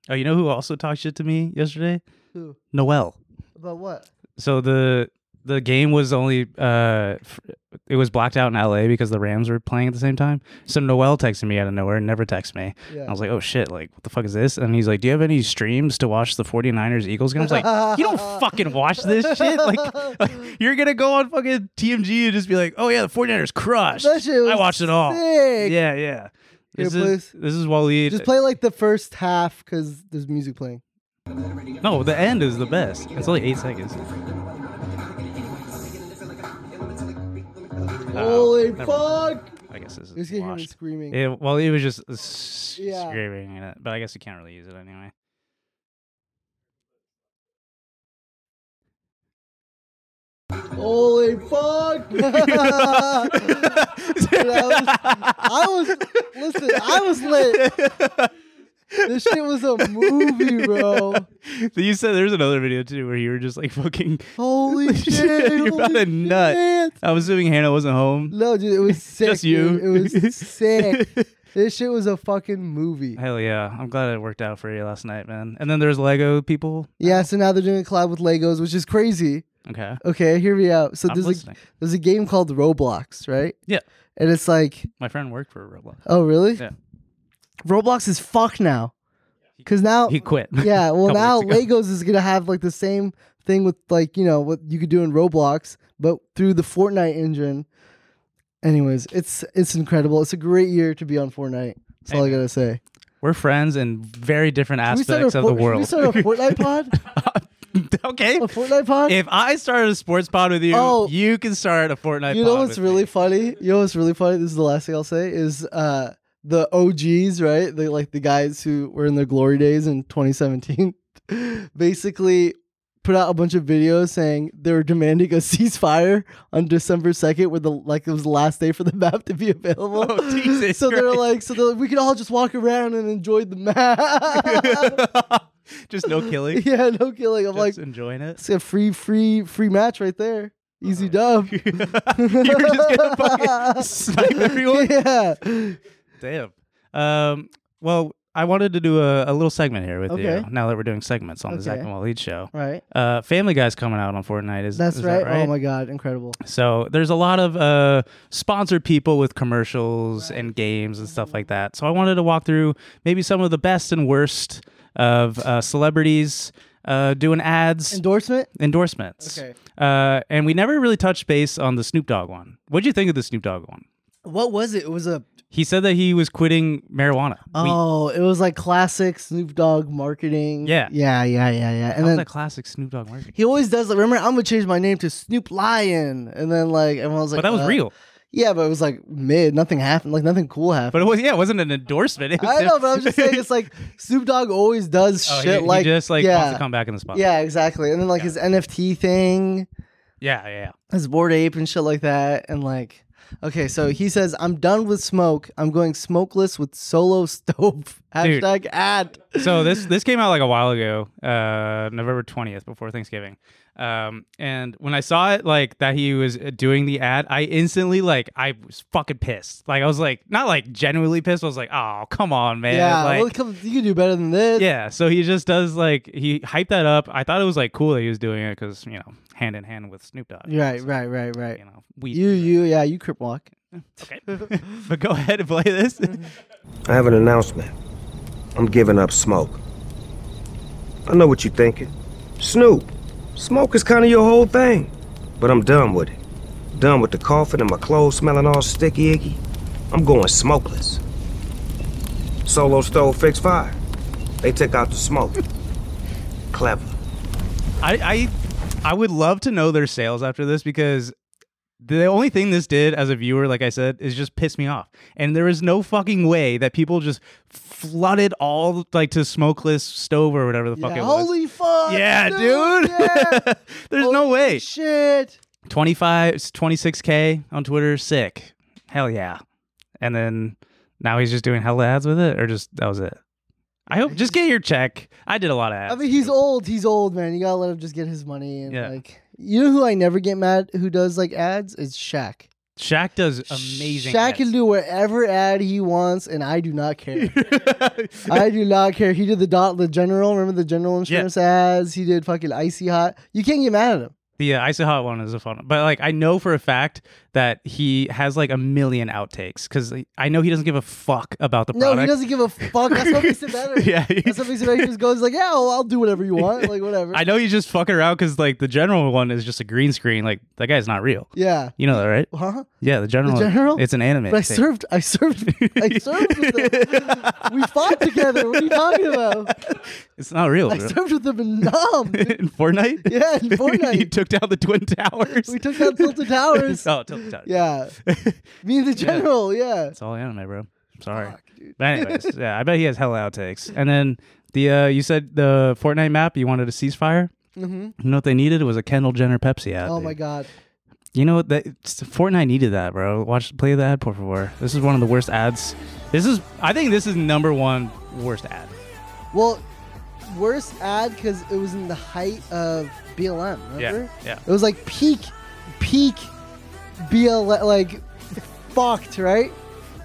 Oh, you know who also talked shit to me yesterday?
Who?
Noel.
about what?
so the the game was only uh f- it was blacked out in LA because the Rams were playing at the same time. So Noel texted me out of nowhere and never texted me.
Yeah.
I was like, "Oh shit, like what the fuck is this?" And he's like, "Do you have any streams to watch the 49ers Eagles game?" I was like, "You don't fucking watch this shit. Like, like, you're going to go on fucking TMG and just be like, "Oh yeah, the 49ers crushed."
That shit was
I watched it all.
sick.
Yeah, yeah.
Here,
This is,
please.
this is Waleed.
Just play like the first half because there's music playing.
No, the end is the best. It's only 8 seconds. Oh,
Holy
never
fuck!
I guess this
You just
is
get hearing
washed.
screaming.
Yeah, well, it was just s-
Yeah.
screaming in it, but I guess you can't really use it anyway.
Holy fuck! I was listen. I was lit. This shit was a movie, bro.
so you said there's another video too where you were just like fucking.
Holy shit!
You're
holy
about a nut.
shit.
I'm assuming Hannah wasn't home.
No, dude, it was sick.
Just you.
dude. It was sick. This shit was a fucking movie.
Hell yeah! I'm glad it worked out for you last night, man. And then there's Lego people.
Yeah, so now they're doing a collab with Legos, which is crazy.
Okay.
Okay, hear me out. So
I'm
there's
listening.
a, there's a game called Roblox, right?
Yeah.
And it's like,
My friend worked for Roblox.
oh really?
Yeah.
Roblox is fuck now, because now
He quit.
Oh, yeah, well
couple
now
weeks
Legos is gonna have like the same thing with like you know what you could do in Roblox, but through the Fortnite engine. Anyways, it's it's incredible. It's a great year to be on Fortnite. That's all I
Amen.
gotta say.
We're friends in very different
Can we start
aspects
a
of the
Fort- can we
world.
start a Fortnite pod?
okay.
A Fortnite pod?
If I started a sports pod with you,
Oh.
you can start a Fortnite.
you know
pod
what's
with
really
me.
funny? You know what's really funny? This is the last thing I'll say is uh the OGs, right? They like the guys who were in their glory days in 2017 basically put out a bunch of videos saying they were demanding a ceasefire on December 2nd where the like it was the last day for the map to be available.
Oh, Jesus
so they're
Christ.
like so they're like, we could all just walk around and enjoy the map.
just no killing. Just
yeah, no killing. I'm like
enjoying it.
it's a free free free match right there. Easy dub.
You're just gonna fucking snipe everyone.
yeah.
Damn. Um. Well, I wanted to do a, a little segment here with you.
Okay.
Now that we're doing segments on the
Okay.
Zach and Waleed show,
Right.
uh, Family Guy's coming out on Fortnite. Is
That's
is
right.
That right?
Oh my god, incredible.
So there's a lot of uh, sponsored people with commercials and games and
Mm-hmm.
stuff like that. So I wanted to walk through maybe some of the best and worst of uh, celebrities uh, doing ads
Endorsement?
endorsements.
Okay.
Uh, and we never really touched base on the Snoop Dogg one. What'd you think of the Snoop Dogg one?
What was it? It was a
He said that he was quitting marijuana. We-
Oh, it was like classic Snoop Dogg marketing.
Yeah.
Yeah, yeah, yeah, yeah. And
that was
then
a classic Snoop Dogg marketing.
he always does like remember I'm gonna change my name to Snoop Lion and then like everyone was like
But that was
uh,
real.
Yeah, but it was like mid. Nothing happened. Like nothing cool happened.
But it was yeah, it wasn't an endorsement. It was
I know, but I'm just saying it's like Snoop Dogg always does
Oh, he-
shit
he
like
just like
yeah,
wants to come back in the spot.
yeah, exactly. And then like his NFT thing,
yeah, yeah.
his board ape and shit like that, and like. Okay, so he says, I'm done with smoke. I'm going smokeless with solo stove.
Dude.
Hashtag ad.
yeah. So this this came out like a while ago, uh, November twentieth, before Thanksgiving. Um, and when I saw it, like that he was uh, doing the ad, I instantly like I was fucking pissed. Like I was like not like genuinely pissed. I was like, oh come on, man.
yeah,
like,
well, come, you can do better than this.
yeah so he just does like he hyped that up i thought it was like cool that he was doing it because you know hand in hand with snoop dogg
Right,
So,
right, right, right.
you know we
You, you, yeah, you crip walk.
okay but go ahead and play this
I have an announcement. I'm giving up smoke. I know what you're thinking. Snoop, smoke is kind of your whole thing. But I'm done with it. Done with the coughing and my clothes smelling all sticky icky. I'm going smokeless. Solo stole Fix Fire. They took out the smoke. Clever.
I, I i would love to know their sales after this because the only thing this did as a viewer like i said is just piss me off and there is no fucking way that people just flooded all like to smokeless stove or whatever the fuck
Yeah,
it was
holy fuck.
yeah
Snoop,
dude
yeah.
there's no
Holy
way
Shit.
25 it's 26k on twitter sick hell yeah and then now he's just doing hella ads with it or just that was it i hope just get your check i did a lot of ads
I mean, he's old. He's old, man. You gotta let him just get his money. And
Yeah.
like, you know who I never get mad who does like ads is Shaq.
Shaq does amazing
Shaq
ads.
can do whatever ad he wants, and I do not care. I do not care. He did the dot, the general. Remember the general insurance ads? He did fucking icy hot. You can't get mad at him.
the uh, icy hot one is a fun one but like i know for a fact that he has like a million outtakes because i know he doesn't give a fuck about the
No,
product
he doesn't give a fuck. That's what makes it better.
Yeah.
That's what makes it better. He just goes like, yeah, well, I'll do whatever you want. Like whatever.
i know he's just fucking around because like the general one is just a green screen like that guy's not real
yeah.
you know that right
Huh?
yeah the general
General?
it's an anime
But I
thing.
served. I served. I served with them. We fought together. What are you talking about?
It's not real.
I
bro.
served with them in Nam. dude.
in Fortnite?
Yeah, in
you
Fortnite.
took down the Twin Towers.
We took down Tilted Towers.
oh, Tilted Towers.
Yeah. Me and the general. Yeah.
It's all anime, bro. I'm sorry. but anyways, yeah, I bet he has hella outtakes. And then the uh, you said the Fortnite map you wanted a ceasefire. Mm-hmm. You know what they needed was a Kendall Jenner Pepsi ad.
Oh
dude.
my god.
You know what? That, it's- Fortnite needed that, bro. Watch, play the ad, por favor. This is one of the worst ads. This is, I think, this is number one worst ad.
Well, worst ad because it was in the height of BLM. Remember?
Yeah, yeah.
It was like peak, peak BLM. Like fucked, right?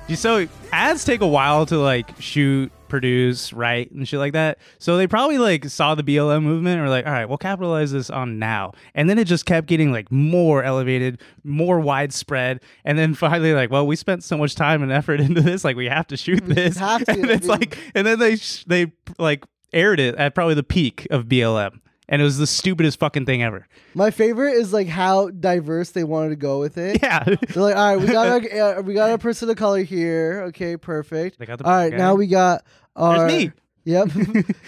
You- So ads take a while to like shoot, produce, write, and shit like that. So they probably like saw the BLM movement and were like, all right, we'll capitalize this on now. And then it just kept getting like more elevated, more widespread. And then finally, like, well, we spent so much time and effort into this, like we have to shoot this.
have to,
and it's
I mean-
like, and then they sh- they like aired it at probably the peak of BLM, and it was the stupidest fucking thing ever.
My favorite is like how diverse they wanted to go with it.
Yeah.
They're like, all right, we got a, uh, we got a person of color here. Okay, perfect.
They got the
all right,
black guy.
now we got our
me.
Yep.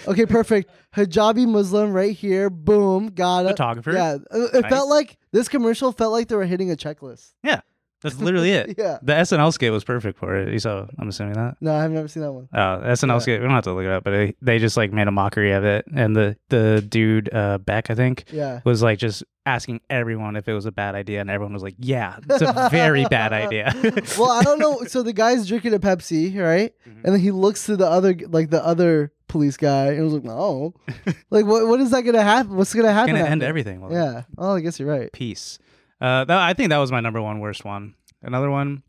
okay, perfect. Hijabi Muslim right here. Boom, got it.
Photographer.
Yeah, Uh, it
Nice.
felt like this commercial felt like they were hitting a checklist.
yeah. That's literally it.
Yeah.
The SNL skit was perfect for it. You saw, I'm assuming that.
No, I've never seen that one.
Oh, SNL skit. We don't have to look it up, but they, they just like made a mockery of it. And the the dude uh, Beck, I think,
Yeah.
was like just asking everyone if it was a bad idea, and everyone was like, "Yeah, it's a very bad idea."
Well, I don't know. So the guy's drinking a Pepsi, right?
Mm-hmm.
And then he looks to the other, like the other police guy, and was like, "No, like what? What is that gonna happen? What's gonna happen?
gonna end
after?
everything. Well,
Yeah. Oh, I guess you're right.
peace. Uh, that, I think that was my number one worst one. Another one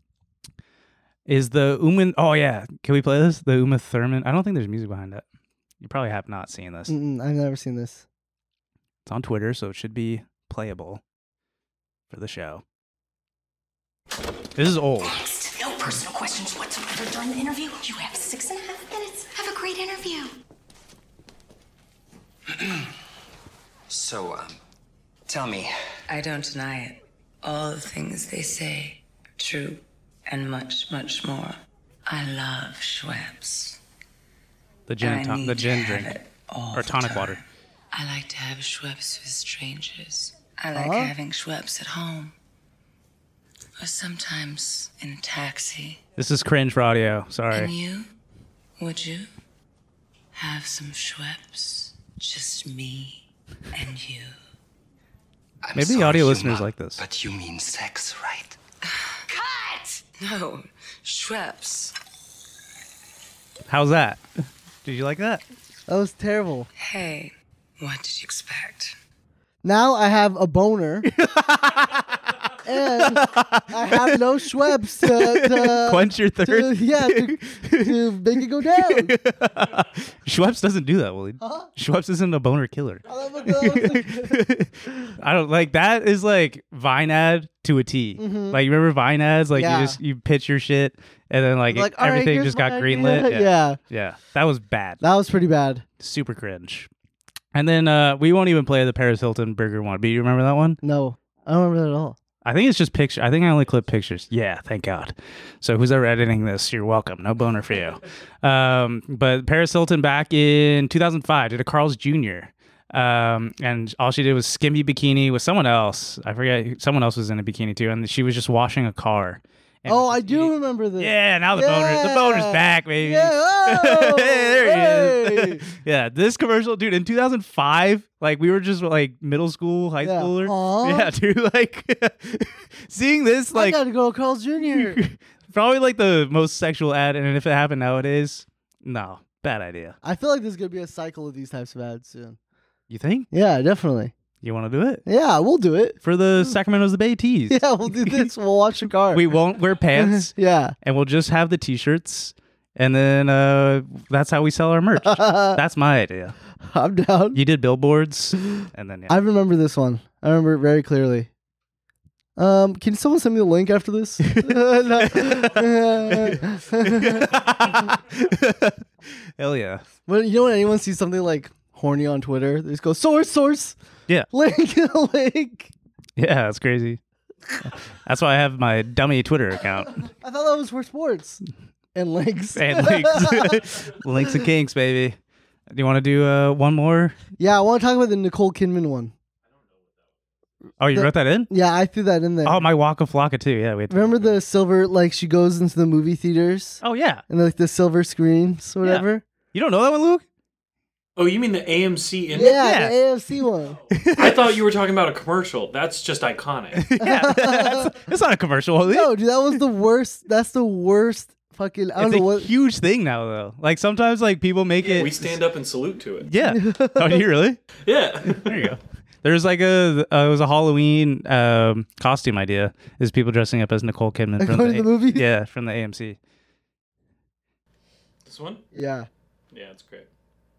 is the Uman. Oh yeah, can we play this? The Uma Thurman. I don't think there's music behind it. You probably have not seen this.
Mm-mm, I've never seen this.
It's on Twitter, so it should be playable for the show. This is old.
Next, no personal questions whatsoever during the interview. You have six and a half minutes. Have a great interview.
So, um, tell me,
I don't deny it. All the things they say are true, and much, much more. I love Schweppes.
The gin, and
and I
ton-
need
the gin
to have
drink
it all
or
the
tonic
time.
water.
I like to have Schweppes with strangers. I like having Schweppes at home. or sometimes in a taxi.
This is cringe for audio.
And
Sorry.
you? Would you? Have some Schweppes? Just me and you.
I'm
Maybe the
sorry,
audio
Uma,
listeners like this.
But you mean sex, right?
No, Schweppes.
How's that? Did you like that?
That was terrible.
Hey, what did you expect?
Now I have a boner. and I have no Schweppes to, to,
Quench your
to-
thirst.
yeah, to, to make it go down.
Schweppes doesn't do that, Willie.
Uh-huh.
Schweppes isn't a boner killer.
I love a girl.
I don't like that is like Vine ad to a T. Like you remember Vine ads? Like
Mm-hmm. Yeah.
you just you pitch your shit and then like,
Like, all right,
everything
here's
just got
my
greenlit.
idea. Yeah.
Yeah. That was bad.
That was pretty bad.
Super cringe. And then uh we won't even play the Paris Hilton burger one. But you remember that one?
No, I don't remember that at all.
I think it's just picture. I think I only clip pictures. Yeah, thank God. So who's ever editing this, you're welcome. No boner for you. Um, but Paris Hilton back in 2005 did a Carl's Jr. Um, and all she did was skimmy bikini with someone else. I forget. who- Someone else was in a bikini too, and she was just washing a car. And
Oh,
was
I
just
do
eating-
remember this.
Yeah, now the boner, the boner's
Yeah.
back, baby.
Yeah. Oh,
there he
hey.
is. yeah, this commercial, dude, in 2005, like we were just like middle school, high
Yeah.
schooler.
Aw.
Yeah, dude, like seeing this,
I
like
gotta go, Carl Jr.
probably like the most sexual ad, and if it happened nowadays, no, bad idea.
I feel like there's gonna be a cycle of these types of ads soon.
You think
Yeah, definitely.
you want to do it
Yeah, we'll do it.
for the Sacramento's the Bay tees?
Hmm. Yeah, we'll do this. We'll watch a car.
We won't wear pants,
yeah.
and we'll just have the t-shirts, and then uh, that's how we sell our merch. that's my idea.
I'm down.
You did billboards, and then yeah.
I remember this one. I remember it very clearly. Um, can someone send me the link after this?
Hell yeah.
when you know when anyone sees something like horny on Twitter, they just go source, source,
Yeah.
link, link.
Yeah, that's crazy. That's why I have my dummy Twitter account.
I thought that was for sports and links.
And links. links and kinks, baby. Do you want to do uh, one more?
yeah, I want to talk about the Nicole Kidman one.
Oh, you
The-
wrote that in?
Yeah, I threw that in there.
Oh, my Waka Flocka too. Yeah, we had
Remember the silver? Like she goes into the movie theaters
Oh yeah.
and like the silver screens, or
Yeah.
whatever.
You don't know that one, Luke?
Oh, you mean the AMC? In-
Yeah,
Yeah.
the AFC one.
I thought you were talking about a commercial. That's just iconic.
Yeah, that's, it's not a commercial. Holy.
no, dude, that was the worst. That's the worst. Fucking, I don't
it's a
know what.
huge thing now, though. Like sometimes, like people make it.
we stand up and salute to it.
Yeah. Oh, do you really?
Yeah.
There you go. There's like a uh, it was a Halloween um, costume idea. Is people dressing up as Nicole Kidman from
going to the movie?
Yeah, from the AMC.
this one?
yeah,
Yeah, it's great.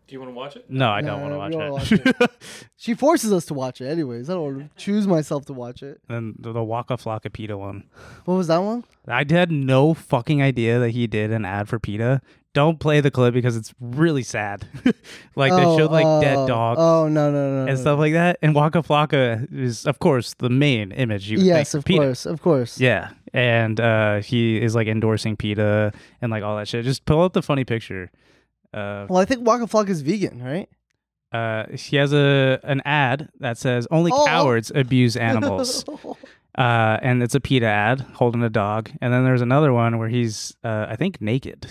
Do you want to watch it?
No, I
No,
don't
no,
want
we
to
don't
watch it.
watch she forces us to watch it. Anyways, I don't wanna choose myself to watch it.
and the, the Waka Flocka PETA one.
What was that one?
I had no fucking idea that he did an ad for PETA. Don't play the clip because it's really sad. like
oh,
they showed like
oh,
dead dogs
Oh no no no.
and
no.
stuff like that. And Waka Flocka is, of course, the main image. You would
Yes,
think
of
PETA.
course, of course.
Yeah, and uh, he is like endorsing PETA and like all that shit. Just pull up the funny picture. Uh,
Well, I think Waka Flock is vegan, right?
uh, he has a an ad that says only
Oh.
cowards abuse animals. Uh, and it's a PETA ad holding a dog. And then there's another one where he's, uh, I think, naked.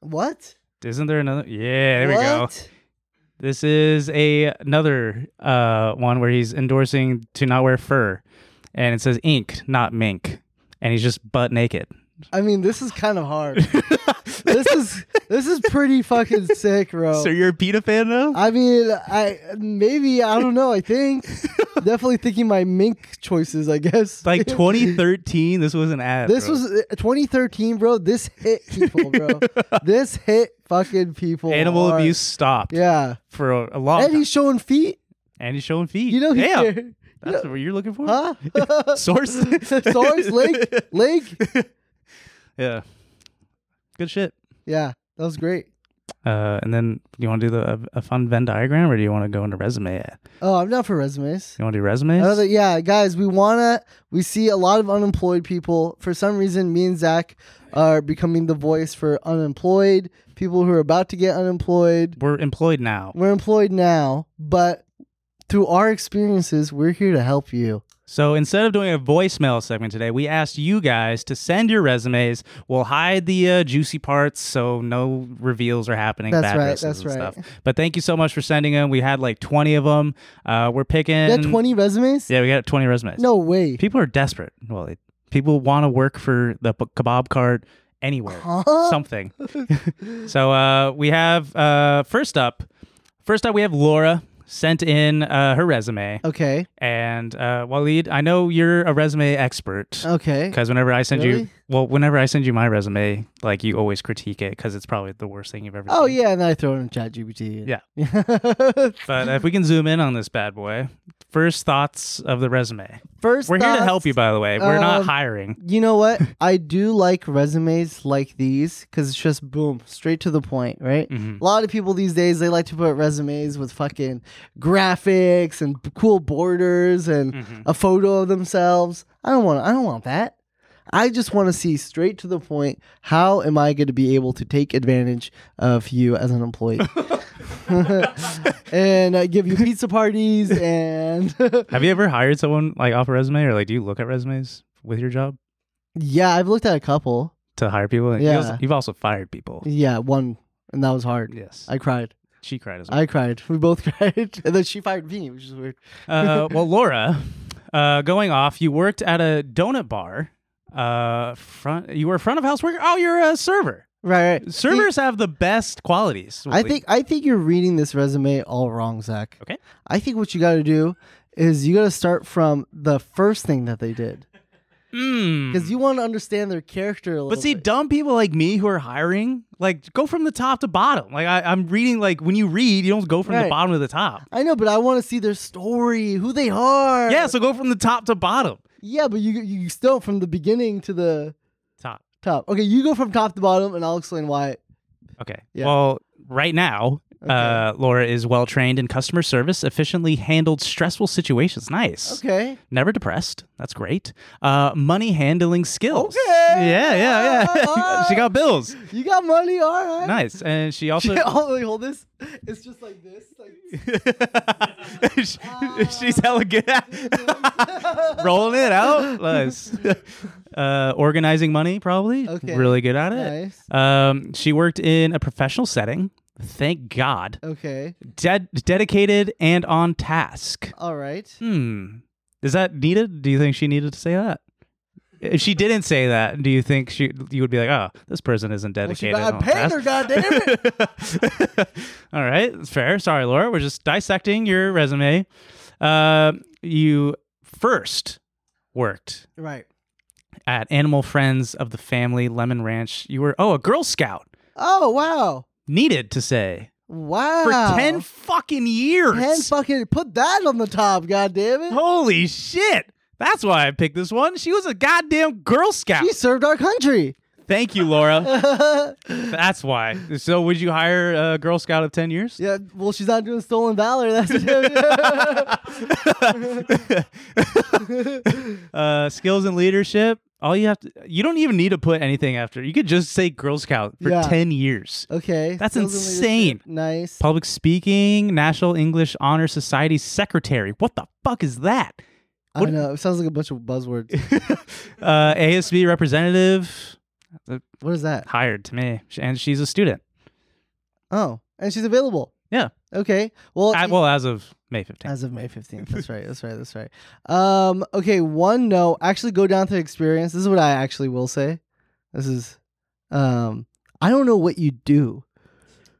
what?
Isn't there another? Yeah, there we go.
What?
This is a another uh, one where he's endorsing to not wear fur, and it says ink, not mink, and he's just butt naked.
I mean, this is kind of hard. this is this is pretty fucking sick, bro.
So you're a PETA fan now?
I mean, I maybe I don't know. I think definitely thinking my mink choices. I guess
like 2013, this was an ad.
This
bro.
was uh, 2013, bro. This hit people, bro. this hit fucking people.
animal
hard.
abuse stopped.
Yeah,
for a, a long
and
time.
he's showing feet.
and he's showing feet.
You know, he
Damn,
care-
that's what you're looking for.
huh?
Source.
Source lake, lake.
yeah, good shit.
Yeah, that was great.
Uh, and then you want to do the a, a fun Venn diagram, or do you want to go into resume?
Oh, I'm down for resumes.
You want to do resumes?
Another, yeah, guys, we wanna. We see a lot of unemployed people. For some reason, me and Zach are becoming the voice for unemployed people who are about to get unemployed.
We're employed now.
We're employed now, but Through our experiences, we're here to help you.
So instead of doing a voicemail segment today, we asked you guys to send your resumes. We'll hide the uh, juicy parts so no reveals are happening.
That's
bad
right,
risks
that's
and
right.
Stuff. But thank you so much for sending them. We had like 20 of them. Uh, we're picking.
You got 20 resumes?
Yeah, we got 20 resumes.
No way.
People are desperate. Well, it, people want to work for the b- kebab cart anywhere, something. so uh, we have uh, first up, first up we have Laura sent in uh, her resume,
Okay.
and uh, Waleed, I know you're a resume expert.
Oh, Okay.
Because whenever I send you,
Really?
well, whenever I send you my resume, like you always critique it because it's probably the worst thing you've ever.
Oh
seen.
yeah, and then I throw it in chat GPT.
Yeah.
Yeah.
But if we can zoom in on this bad boy, first thoughts of the resume.
First
We're here to
thoughts-
help you, by the way. We're not
um,
hiring.
You know what? I do like resumes like these because it's just boom, straight to the point, right? A lot of people these days they like to put resumes with fucking graphics and b- cool borders and a photo of themselves. I don't want. I don't want that. I just want to see straight to the point. How am I going to be able to take advantage of you as an employee? and uh, give you pizza parties and
Have you ever hired someone like off a resume, or like do you look at resumes with your job
yeah, I've looked at a couple.
to hire people? And you
Yeah.
also- you've also fired people.
Yeah, one, and that was hard.
Yes,
I cried.
she cried as well.
I cried. We both cried. And then she fired me, which is weird.
uh, well, Laura, uh, going off, you worked at a donut bar. Uh, front. You were a front of house worker. Oh, you're a server.
Right, right.
Servers have the best qualities.
I
Willie.
think I think you're reading this resume all wrong, Zach.
Okay.
I think what you got to do is you got to start from the first thing that they did
Mm.
because you want to understand their character a little.
But see,
bit.
dumb people like me who are hiring, like go from the top to bottom. Like I, I'm reading. Like when you read, you don't go from the
Right.
bottom to the top.
I know, but I want to see their story, who they are.
Yeah, so go from the top to bottom.
Yeah, but you you still from the beginning to the
Top.
top. Okay, you go from top to bottom, and I'll explain why.
Okay.
Yeah.
Well, right now, uh,
Okay.
Laura is well trained in customer service, efficiently handled stressful situations. Nice.
Okay.
Never depressed. That's great. Uh, money handling skills.
Okay.
Yeah, yeah, yeah. she got bills.
You got money, all right.
Nice. And she also.
Oh, wait, hold this. It's just like this. Like,
She- She's hella good. at- Rolling it out. Nice. Uh, organizing money, probably.
Okay.
Really good at it.
nice.
Um, she worked in a professional setting. Thank God.
Okay.
Ded- dedicated and on task.
All right.
Hmm. Is that needed? Do you think she needed to say that? If she didn't say that, do you think she you would be like, oh, this person isn't
Well, she
dedicated?
got
on
paid
task."
her, goddamn it.
All right, that's fair. Sorry, Laura. We're just dissecting your resume. Uh, you first worked
Right.
at Animal Friends of the Family Lemon Ranch. You were oh a Girl Scout.
Oh wow.
Needed to say
Wow.
for ten fucking years.
Ten fucking put that on the top, goddamn it.
Holy shit! That's why I picked this one. She was a goddamn Girl Scout.
She served our country.
Thank you, Laura.
yeah.
That's why. So, would you hire a Girl Scout of 10 years?
Well, she's not doing stolen valor. That's
Uh, skills and leadership. All you have to, you don't even need to put anything after. You could just say Girl Scout for
Yeah.
10 years.
okay.
That's
Skills and leadership.
insane.
Nice.
Public speaking, National English Honor Society secretary. What the fuck is that?
I know. It sounds like a bunch of buzzwords.
Uh, ASB representative
what is that?
hired to me, Sh- and she's a student.
Oh, and she's available.
Yeah.
Okay. Well,
At-
e-
well, as of May 15th.
As of May 15th. That's right. That's right. That's right. Um, okay, one no. Actually go down to experience. This is what I actually will say. This is um I don't know what you do.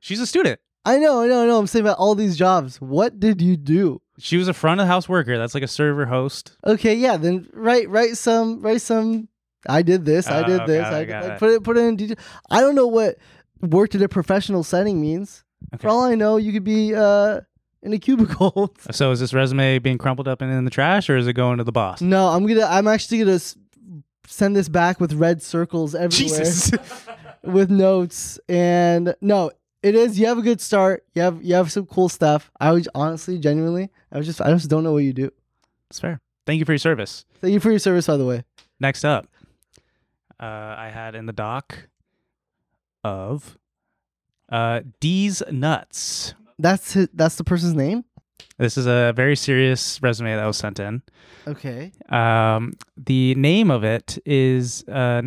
she's a student.
I know, I know, I know. I'm saying about all these jobs. What did you do?
She was a front of house worker. That's like a server host.
Okay, yeah, then write write some write some I did this, I did
Oh,
this,
got it,
I did
got
like,
it.
put it put it in detail. I don't know what worked at a professional setting means.
Okay.
For all I know, you could be uh in a cubicle.
So is this resume being crumpled up and in the trash, or is it going to the boss?
No, I'm gonna. I'm actually gonna s- send this back with red circles everywhere. with notes and no, it is. You have a good start. You have you have some cool stuff. I would honestly, genuinely, I was just I just don't know what you do.
That's fair. Thank you for your service.
Thank you for your service, by the way.
Next up, uh, I had in the doc of uh, D's Nuts.
That's his, that's the person's name.
This is a very serious resume that was sent in.
Okay.
Um, the name of it is uh,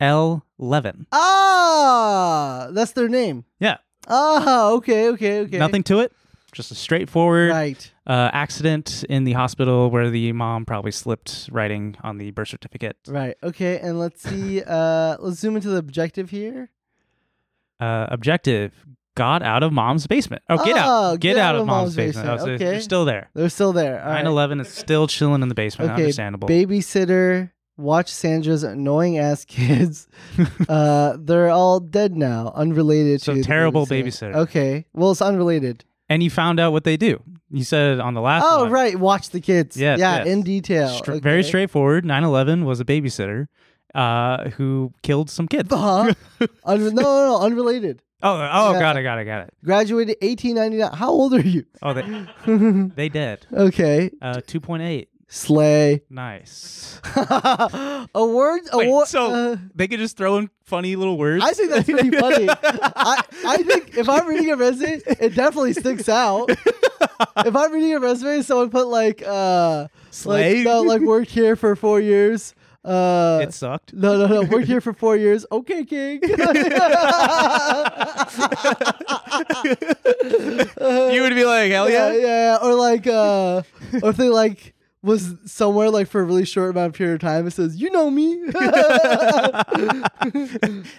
9L11.
Ah, that's their name.
Yeah.
Ah, okay, okay, okay.
Nothing to it. Just a straightforward
Right.
uh, accident in the hospital where the mom probably slipped writing on the birth certificate.
Right. Okay, and let's see. Uh, let's zoom into the objective here.
Uh, objective got out of mom's basement. Oh, get out.
Oh,
Get, out, of mom's, basement. Oh,
basement.
so
Okay.
You're still there.
They're still there. All right.
911 is still chilling in the basement.
Okay.
Understandable.
Babysitter. Watch Sandra's annoying ass kids. uh, they're all dead now, unrelated
So
to the
terrible babysitter.
Okay. Well, it's unrelated.
and you found out what they do. You said it on the last
Oh
one.
right, watch the kids.
Yes,
yeah,
yes.
in detail.
Str- Very
okay.
straightforward. 911 was a babysitter uh, who killed some kids. Oh,
Huh? Uh-huh. Unre- no, no, no, unrelated.
oh,
Yeah.
got it, got it, got it.
Graduated 1899. How old are you?
Oh, they, they did.
Okay,
Uh, 2.8.
slay.
Nice.
Awards.
Wait,
Award.
so
uh,
they could just throw in funny little words.
I think that's pretty funny. I, I think if I'm reading a resume, it definitely sticks out. If I'm reading a resume, someone put like uh
Slay?
like, no, like worked here for four years. Uh,
it sucked.
no, no, no. Worked here for four years. Okay, King.
you would be like, hell
Uh, yeah, yeah, yeah. Or like, uh, or if they like was somewhere like for a really short amount of period of time, it says, "You know me."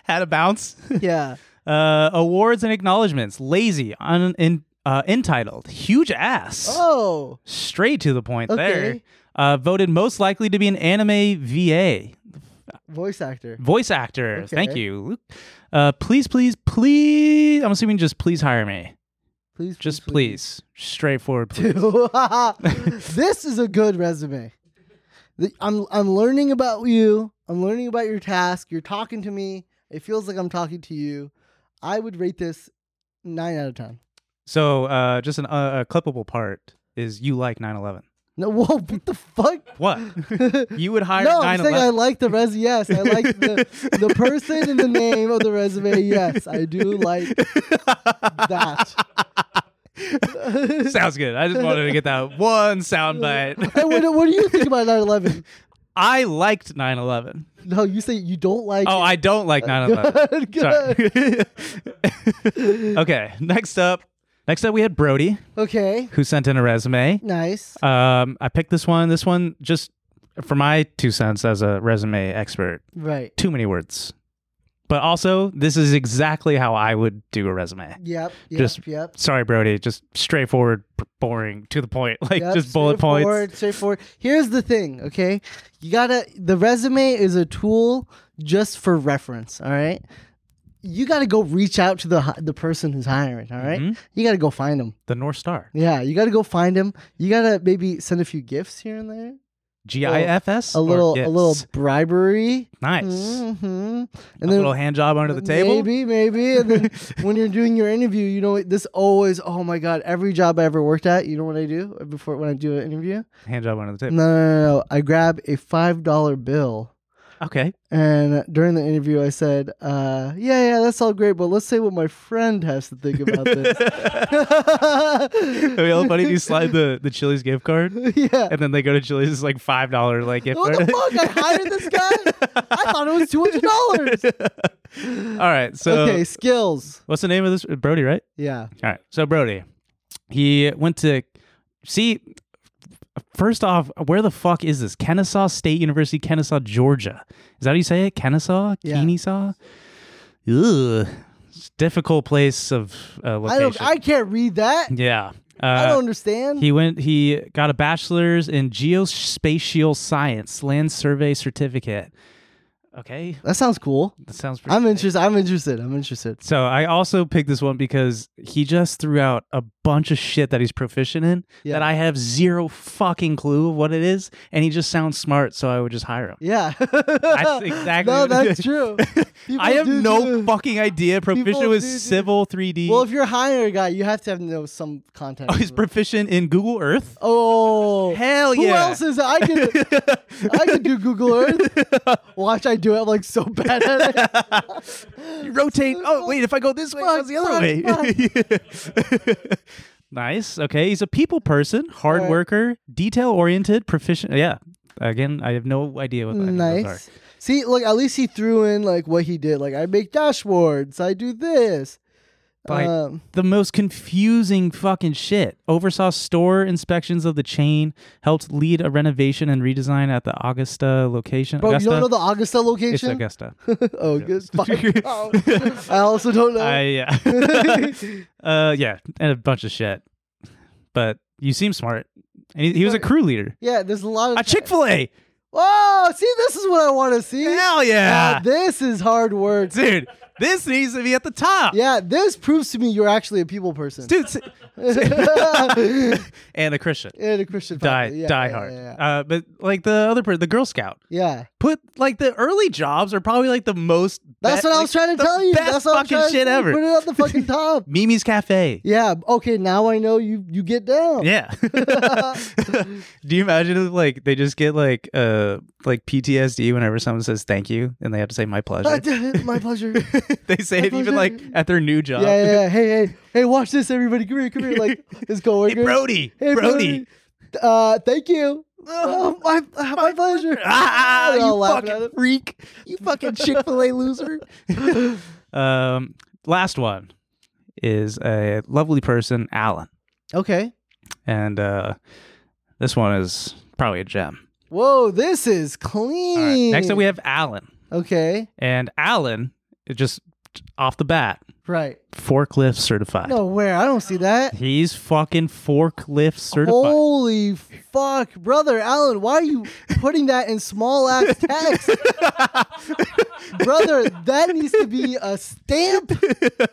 Had a bounce.
yeah.
Uh, awards and acknowledgments. Lazy, un, in, uh, entitled, huge ass.
Oh,
Straight to the point there.
Okay.
Uh, voted most likely to be an anime VA.
voice actor.
Voice actor. Thank
Okay.
you, Luke. Uh, please, please, please. I'm assuming just please hire me.
Please,
Just please. Straightforward, please.
this is a good resume. The- I'm I'm learning about you. I'm learning about your task. You're talking to me. It feels like I'm talking to you. I would rate this nine out of ten.
So, uh, just an, uh, a clippable part is you like 9 11.
No, whoa, what the fuck?
What? you would hire
no,
9
I'm saying I like the res. Yes, I like the the person and the name of the resume. Yes, I do like that.
Sounds good. I just wanted to get that one sound bite.
Hey, what, do- what do you think about 9/11?
I liked 9 11.
No, you say you don't like.
Oh,
it.
I don't like 9 11.
Good,
Sorry. okay, next up. Next up, we had Brody,
okay,
who sent in a resume.
nice.
Um, I picked this one. This one, just for my two cents as a resume expert,
Right.
too many words. But also, this is exactly how I would do a resume.
Yep. Yep.
Just
yep.
Sorry, Brody. Just straightforward, p- boring, to the point. Like
Yep,
just bullet points.
straightforward, Straightforward. Here's the thing, okay? You gotta. The resume is a tool just for reference. All right. You gotta go reach out to the hi- the person who's hiring. All right?
Mm-hmm.
You gotta go find them.
The North Star.
Yeah. You gotta go find them. You gotta maybe send a few gifts here and there.
GIFS.
A
or
little a little
GIFs?
bribery.
Nice.
Mm-hmm. And
A little hand job under the table.
Maybe, maybe. And then when you're doing your interview, you know this always. Oh my god! Every job I ever worked at, you know what I do before when I do an interview?
Hand job under the table.
No, no, no, no. I grab a five dollar bill,
Okay.
and during the interview, I said, uh, "Yeah, yeah, that's all great, but let's say what my friend has to think about
It'd be all
this."
funny if you slide the, the Chili's gift card
yeah.
and then they go to Chili's it's like five dollar like gift
What the
card.
fuck? I hired this guy. I thought it was two hundred dollars.
all right. So
okay, skills.
what's the name of this Brody, right?
Yeah.
All right. So Brody, he went to see. First off, where the fuck is this? Kennesaw State University, Kennesaw, Georgia. Is that how you say it? Kennesaw,
Yeah.
Kennesaw. Ugh, it's a difficult place of uh,
I
location.
don't. I can't read that.
yeah. Uh,
I don't understand.
He went. He got a bachelor's in geospatial science, land survey certificate. Okay,
that sounds cool.
that sounds pretty.
I'm interested. I'm interested. I'm interested.
So I also picked this one because he just threw out a bunch of shit that he's proficient in
Yeah.
that I have zero fucking clue of what it is, and he just sounds smart, so I would just hire him.
Yeah.
That's exactly
No,
what-
that's true.
I
People
have
do
no
do-
fucking idea. Proficient
People
with
do do-
civil 3D.
Well, if you're hiring a guy, you have to have know some content.
oh, he's
over it.
proficient in Google Earth.
oh
Hell
Who
yeah.
else is I can I can do Google Earth. Watch, I do it. I'm like so bad at it.
You rotate. Oh wait, if I go this way, it
Fuck,
goes the other
fuck,
way. Nice. Okay. He's a people person, hard
Alright.
worker, detail oriented, proficient. Yeah. Again, I have no idea what that
nice. See, look, at least he threw in like what he did. Like I make dashboards, I do this.
By
Um,
the most confusing fucking shit. Oversaw store inspections of the chain, helped lead a renovation and redesign at the Augusta location.
bro,
Augusta?
you don't know the Augusta
it's
location?
Augusta.
oh, good. Fuck. Oh. I also don't know.
I yeah. uh yeah, and a bunch of shit. But you seem smart. And he, he was a crew leader.
yeah, there's a lot of
A Chick-fil-A.
Oh, see, this is what I want to see.
Hell
Now,
yeah.
this is hard work.
Dude, this needs to be at the top.
Yeah, this proves to me you're actually a people person.
Dude, s- s- and a Christian.
and a Christian
Die,
family. Yeah,
die
yeah,
hard.
Yeah,
Uh, but like the other, per- the Girl Scout.
yeah. Yeah.
Put like the early jobs are probably like the most.
That's
be-
what I
like,
was trying to
the
tell you.
Best
That's what I'm
fucking
trying to
shit
tell you.
ever.
Put it at the fucking top.
Mimi's Cafe.
Yeah. Okay. Now I know you. You get down.
Yeah. Do you imagine if like they just get like uh like PTSD whenever someone says thank you and they have to say my pleasure?
My pleasure.
they say it even like
pleasure.
at their new job.
Yeah, yeah, yeah. Hey, hey, hey! Watch this, everybody. Come here, come here. Like his
Hey
coworker.
Brody.
Hey,
Brody.
Uh, thank you. Oh, my, my pleasure.
Ah,
They're all
you
laughing at
fucking
him.
freak. You fucking Chick-fil-A loser. um last one is a lovely person, Alan.
Okay.
And uh this one is probably a gem.
Whoa, this is
All right.
clean.
Next up we have Alan.
Okay.
And Alan it just off the bat
Right.
forklift certified.
No, where? I don't see that.
He's fucking forklift certified.
Oh. Holy fuck, brother Alan! Why are you putting that in small ass text, brother? That needs to be a stamp,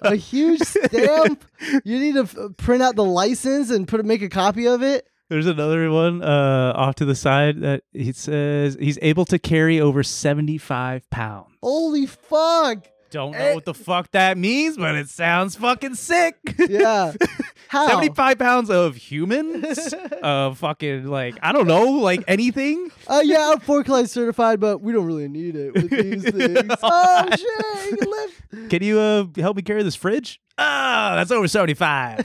a huge stamp. You need to f- print out the license and put make a copy of it.
There's another one uh, off to the side that he says he's able to carry over 75 pounds.
Holy fuck!
Don't
Eh.
know what the fuck that means, but it sounds fucking sick.
Yeah, how?
75 pounds of humans? Of fucking, like, I don't know, like anything?
Uh, yeah, I'm forklift certified, but we don't really need it with these things. oh shit! You can lift.
Can you uh, help me carry this fridge? Oh, that's over 75.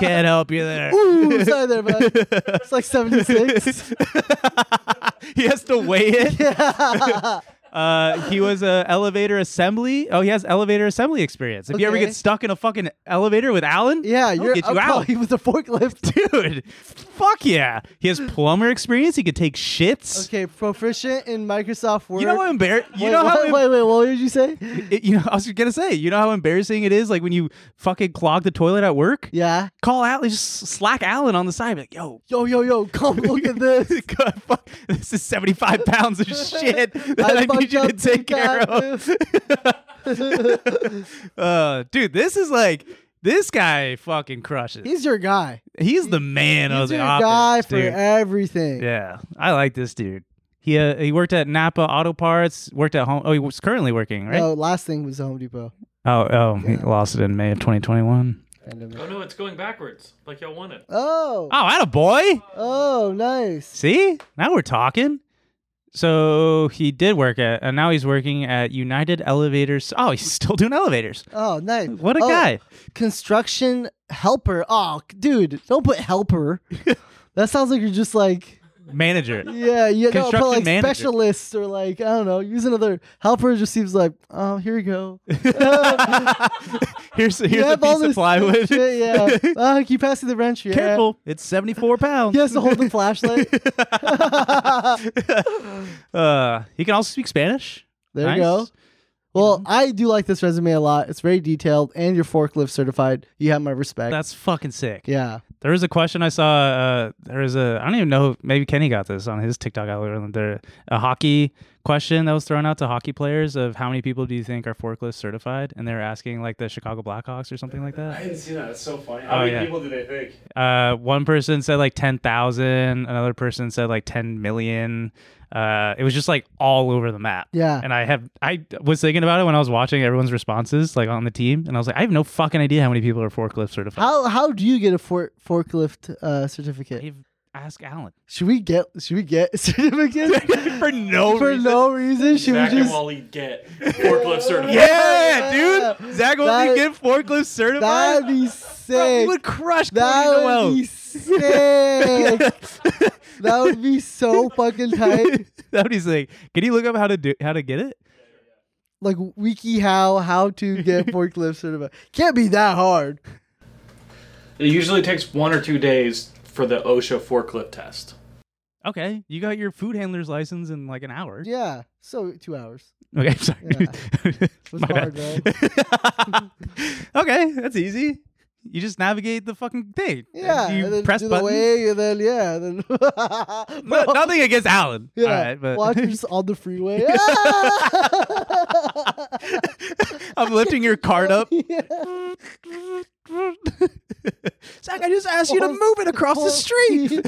Can't help you there.
Ooh, sorry there, bud. It's like 76.
he has to weigh it. Uh, he was a elevator assembly. Oh, he has elevator assembly experience. If you ever
Okay.
get stuck in a fucking elevator with Alan,
Yeah,
I'll
you're
get you
I'll call
out,
you with a forklift.
dude. Fuck yeah. He has plumber experience. He could take shits.
Okay, proficient in Microsoft Word.
You know how embar- You
Wait,
know how
what, wait, wait, what did you say?
it- you know. I was gonna say. You know how embarrassing it is, like when you fucking clog the toilet at work.
Yeah.
Call Alan, just slack Alan on the side, be like, "Yo,
Yo, yo, yo, come look at this.
God, fuck, this is 75 pounds of shit that
I
I, need
fucked
you to
up big
take care
time.
of. uh, dude, this is like, this guy fucking crushes. He's,
He's your guy.
the man of
He's
the
your
office,
guy for e-
dude.
everything.
yeah, I like this dude. He, uh, he worked at Napa Auto Parts, worked at home. Oh, he was currently working, right?
No, Oh, last thing was Home Depot.
Oh, oh, he lost it in May of 2021.
Oh no, it's going backwards, like y'all wanted.
Oh,
Oh, had a boy.
oh, nice.
See, now we're talking. So he did work at, and now he's working at United Elevators. Oh, he's still doing elevators.
Oh, nice.
What a
Oh,
guy.
Construction helper. Oh, dude, don't put helper. that sounds like you're just like,
Manager.
yeah, you know, put
Construction
like
manager.
specialists or like, I don't know, use another helper. Just seems like, oh, here you go.
Here's,
You
here's a
have all
piece of
this
plywood.
shit, yeah. Uh, can you pass me the wrench? Yeah.
Careful. It's 74 pounds.
He has to hold the flashlight.
Uh, he can also speak Spanish.
There
Nice.
you go. Well, I do like this resume a lot. It's very detailed, and you're forklift certified. You have my respect.
That's fucking sick.
yeah.
There was a question I saw. Uh, there was a, I don't even know, maybe Kenny got this on his TikTok algorithm. There, a hockey question that was thrown out to hockey players of how many people do you think are forklift certified? And they were asking like the Chicago Blackhawks or something like that.
didn't see that. That's so funny.
Oh, many yeah. people
do they think?
Uh, one person said like 10,000. Another person said like 10 million. Uh, it was just like all over the map.
Yeah.
And I have, I was thinking about it when I was watching everyone's responses like on the team. And I was like, I have no fucking idea how many people are forklift certified.
How how do you get a for, forklift uh, certificate?
I've- Ask Alan.
Should we get should we get certificates
For no
for
reason.
no reason? Should
Zach
we
and
just
Wally get forklift certified.
Yeah, dude. Zach will
That-
get forklift certified.
that'd be sick.
Bro, you would crush
That
Cody
would
Noel.
be sick. that would be so fucking tight.
that would be sick. Can you look up how to do how to get it?
Like wiki how how to get forklift certified. Can't be that hard.
It usually takes one or two days for the OSHA forklift test.
Okay, you got your food handler's license in like an hour.
Yeah. So two hours.
Okay, I'm sorry.
Yeah. was
My
hard,
bad. okay, that's easy. You just navigate the fucking thing.
Yeah.
you
and then
press
do
button.
the way and then yeah. And then
No- nothing against Alan.
Yeah.
All right, but
Watch us on the freeway. Ah!
I'm lifting your card up.
Yeah.
Zach, I just asked you to move it across the street.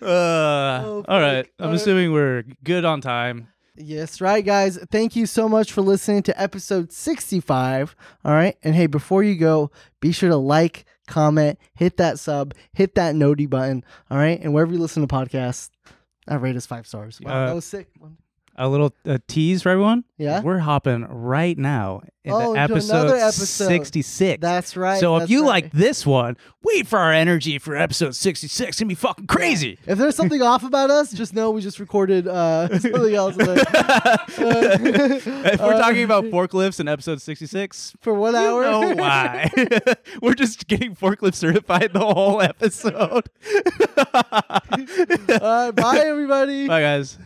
Uh,
Oh,
all right,
fuck.
I'm
All right.
assuming we're good on time.
Yes, right, guys. Thank you so much for listening to episode 65. All right. And hey, before you go, be sure to like, comment, hit that sub, hit that noti button. All right. And wherever you listen to podcasts, that rate us five stars. Wow,
Uh,
that was sick.
A little uh, tease for everyone.
Yeah?
we're hopping right now into
Oh, into
episode,
another episode.
66.
That's right.
So if
that's
you
right.
like this one, wait for our energy for episode 66. It's gonna be fucking crazy.
If there's something off about us, just know we just recorded uh, something else. in there. Uh,
if we're talking about forklifts in episode 66,
For one hour.
no why. we're just getting forklift certified the whole episode.
All right. Bye, everybody.
Bye, guys.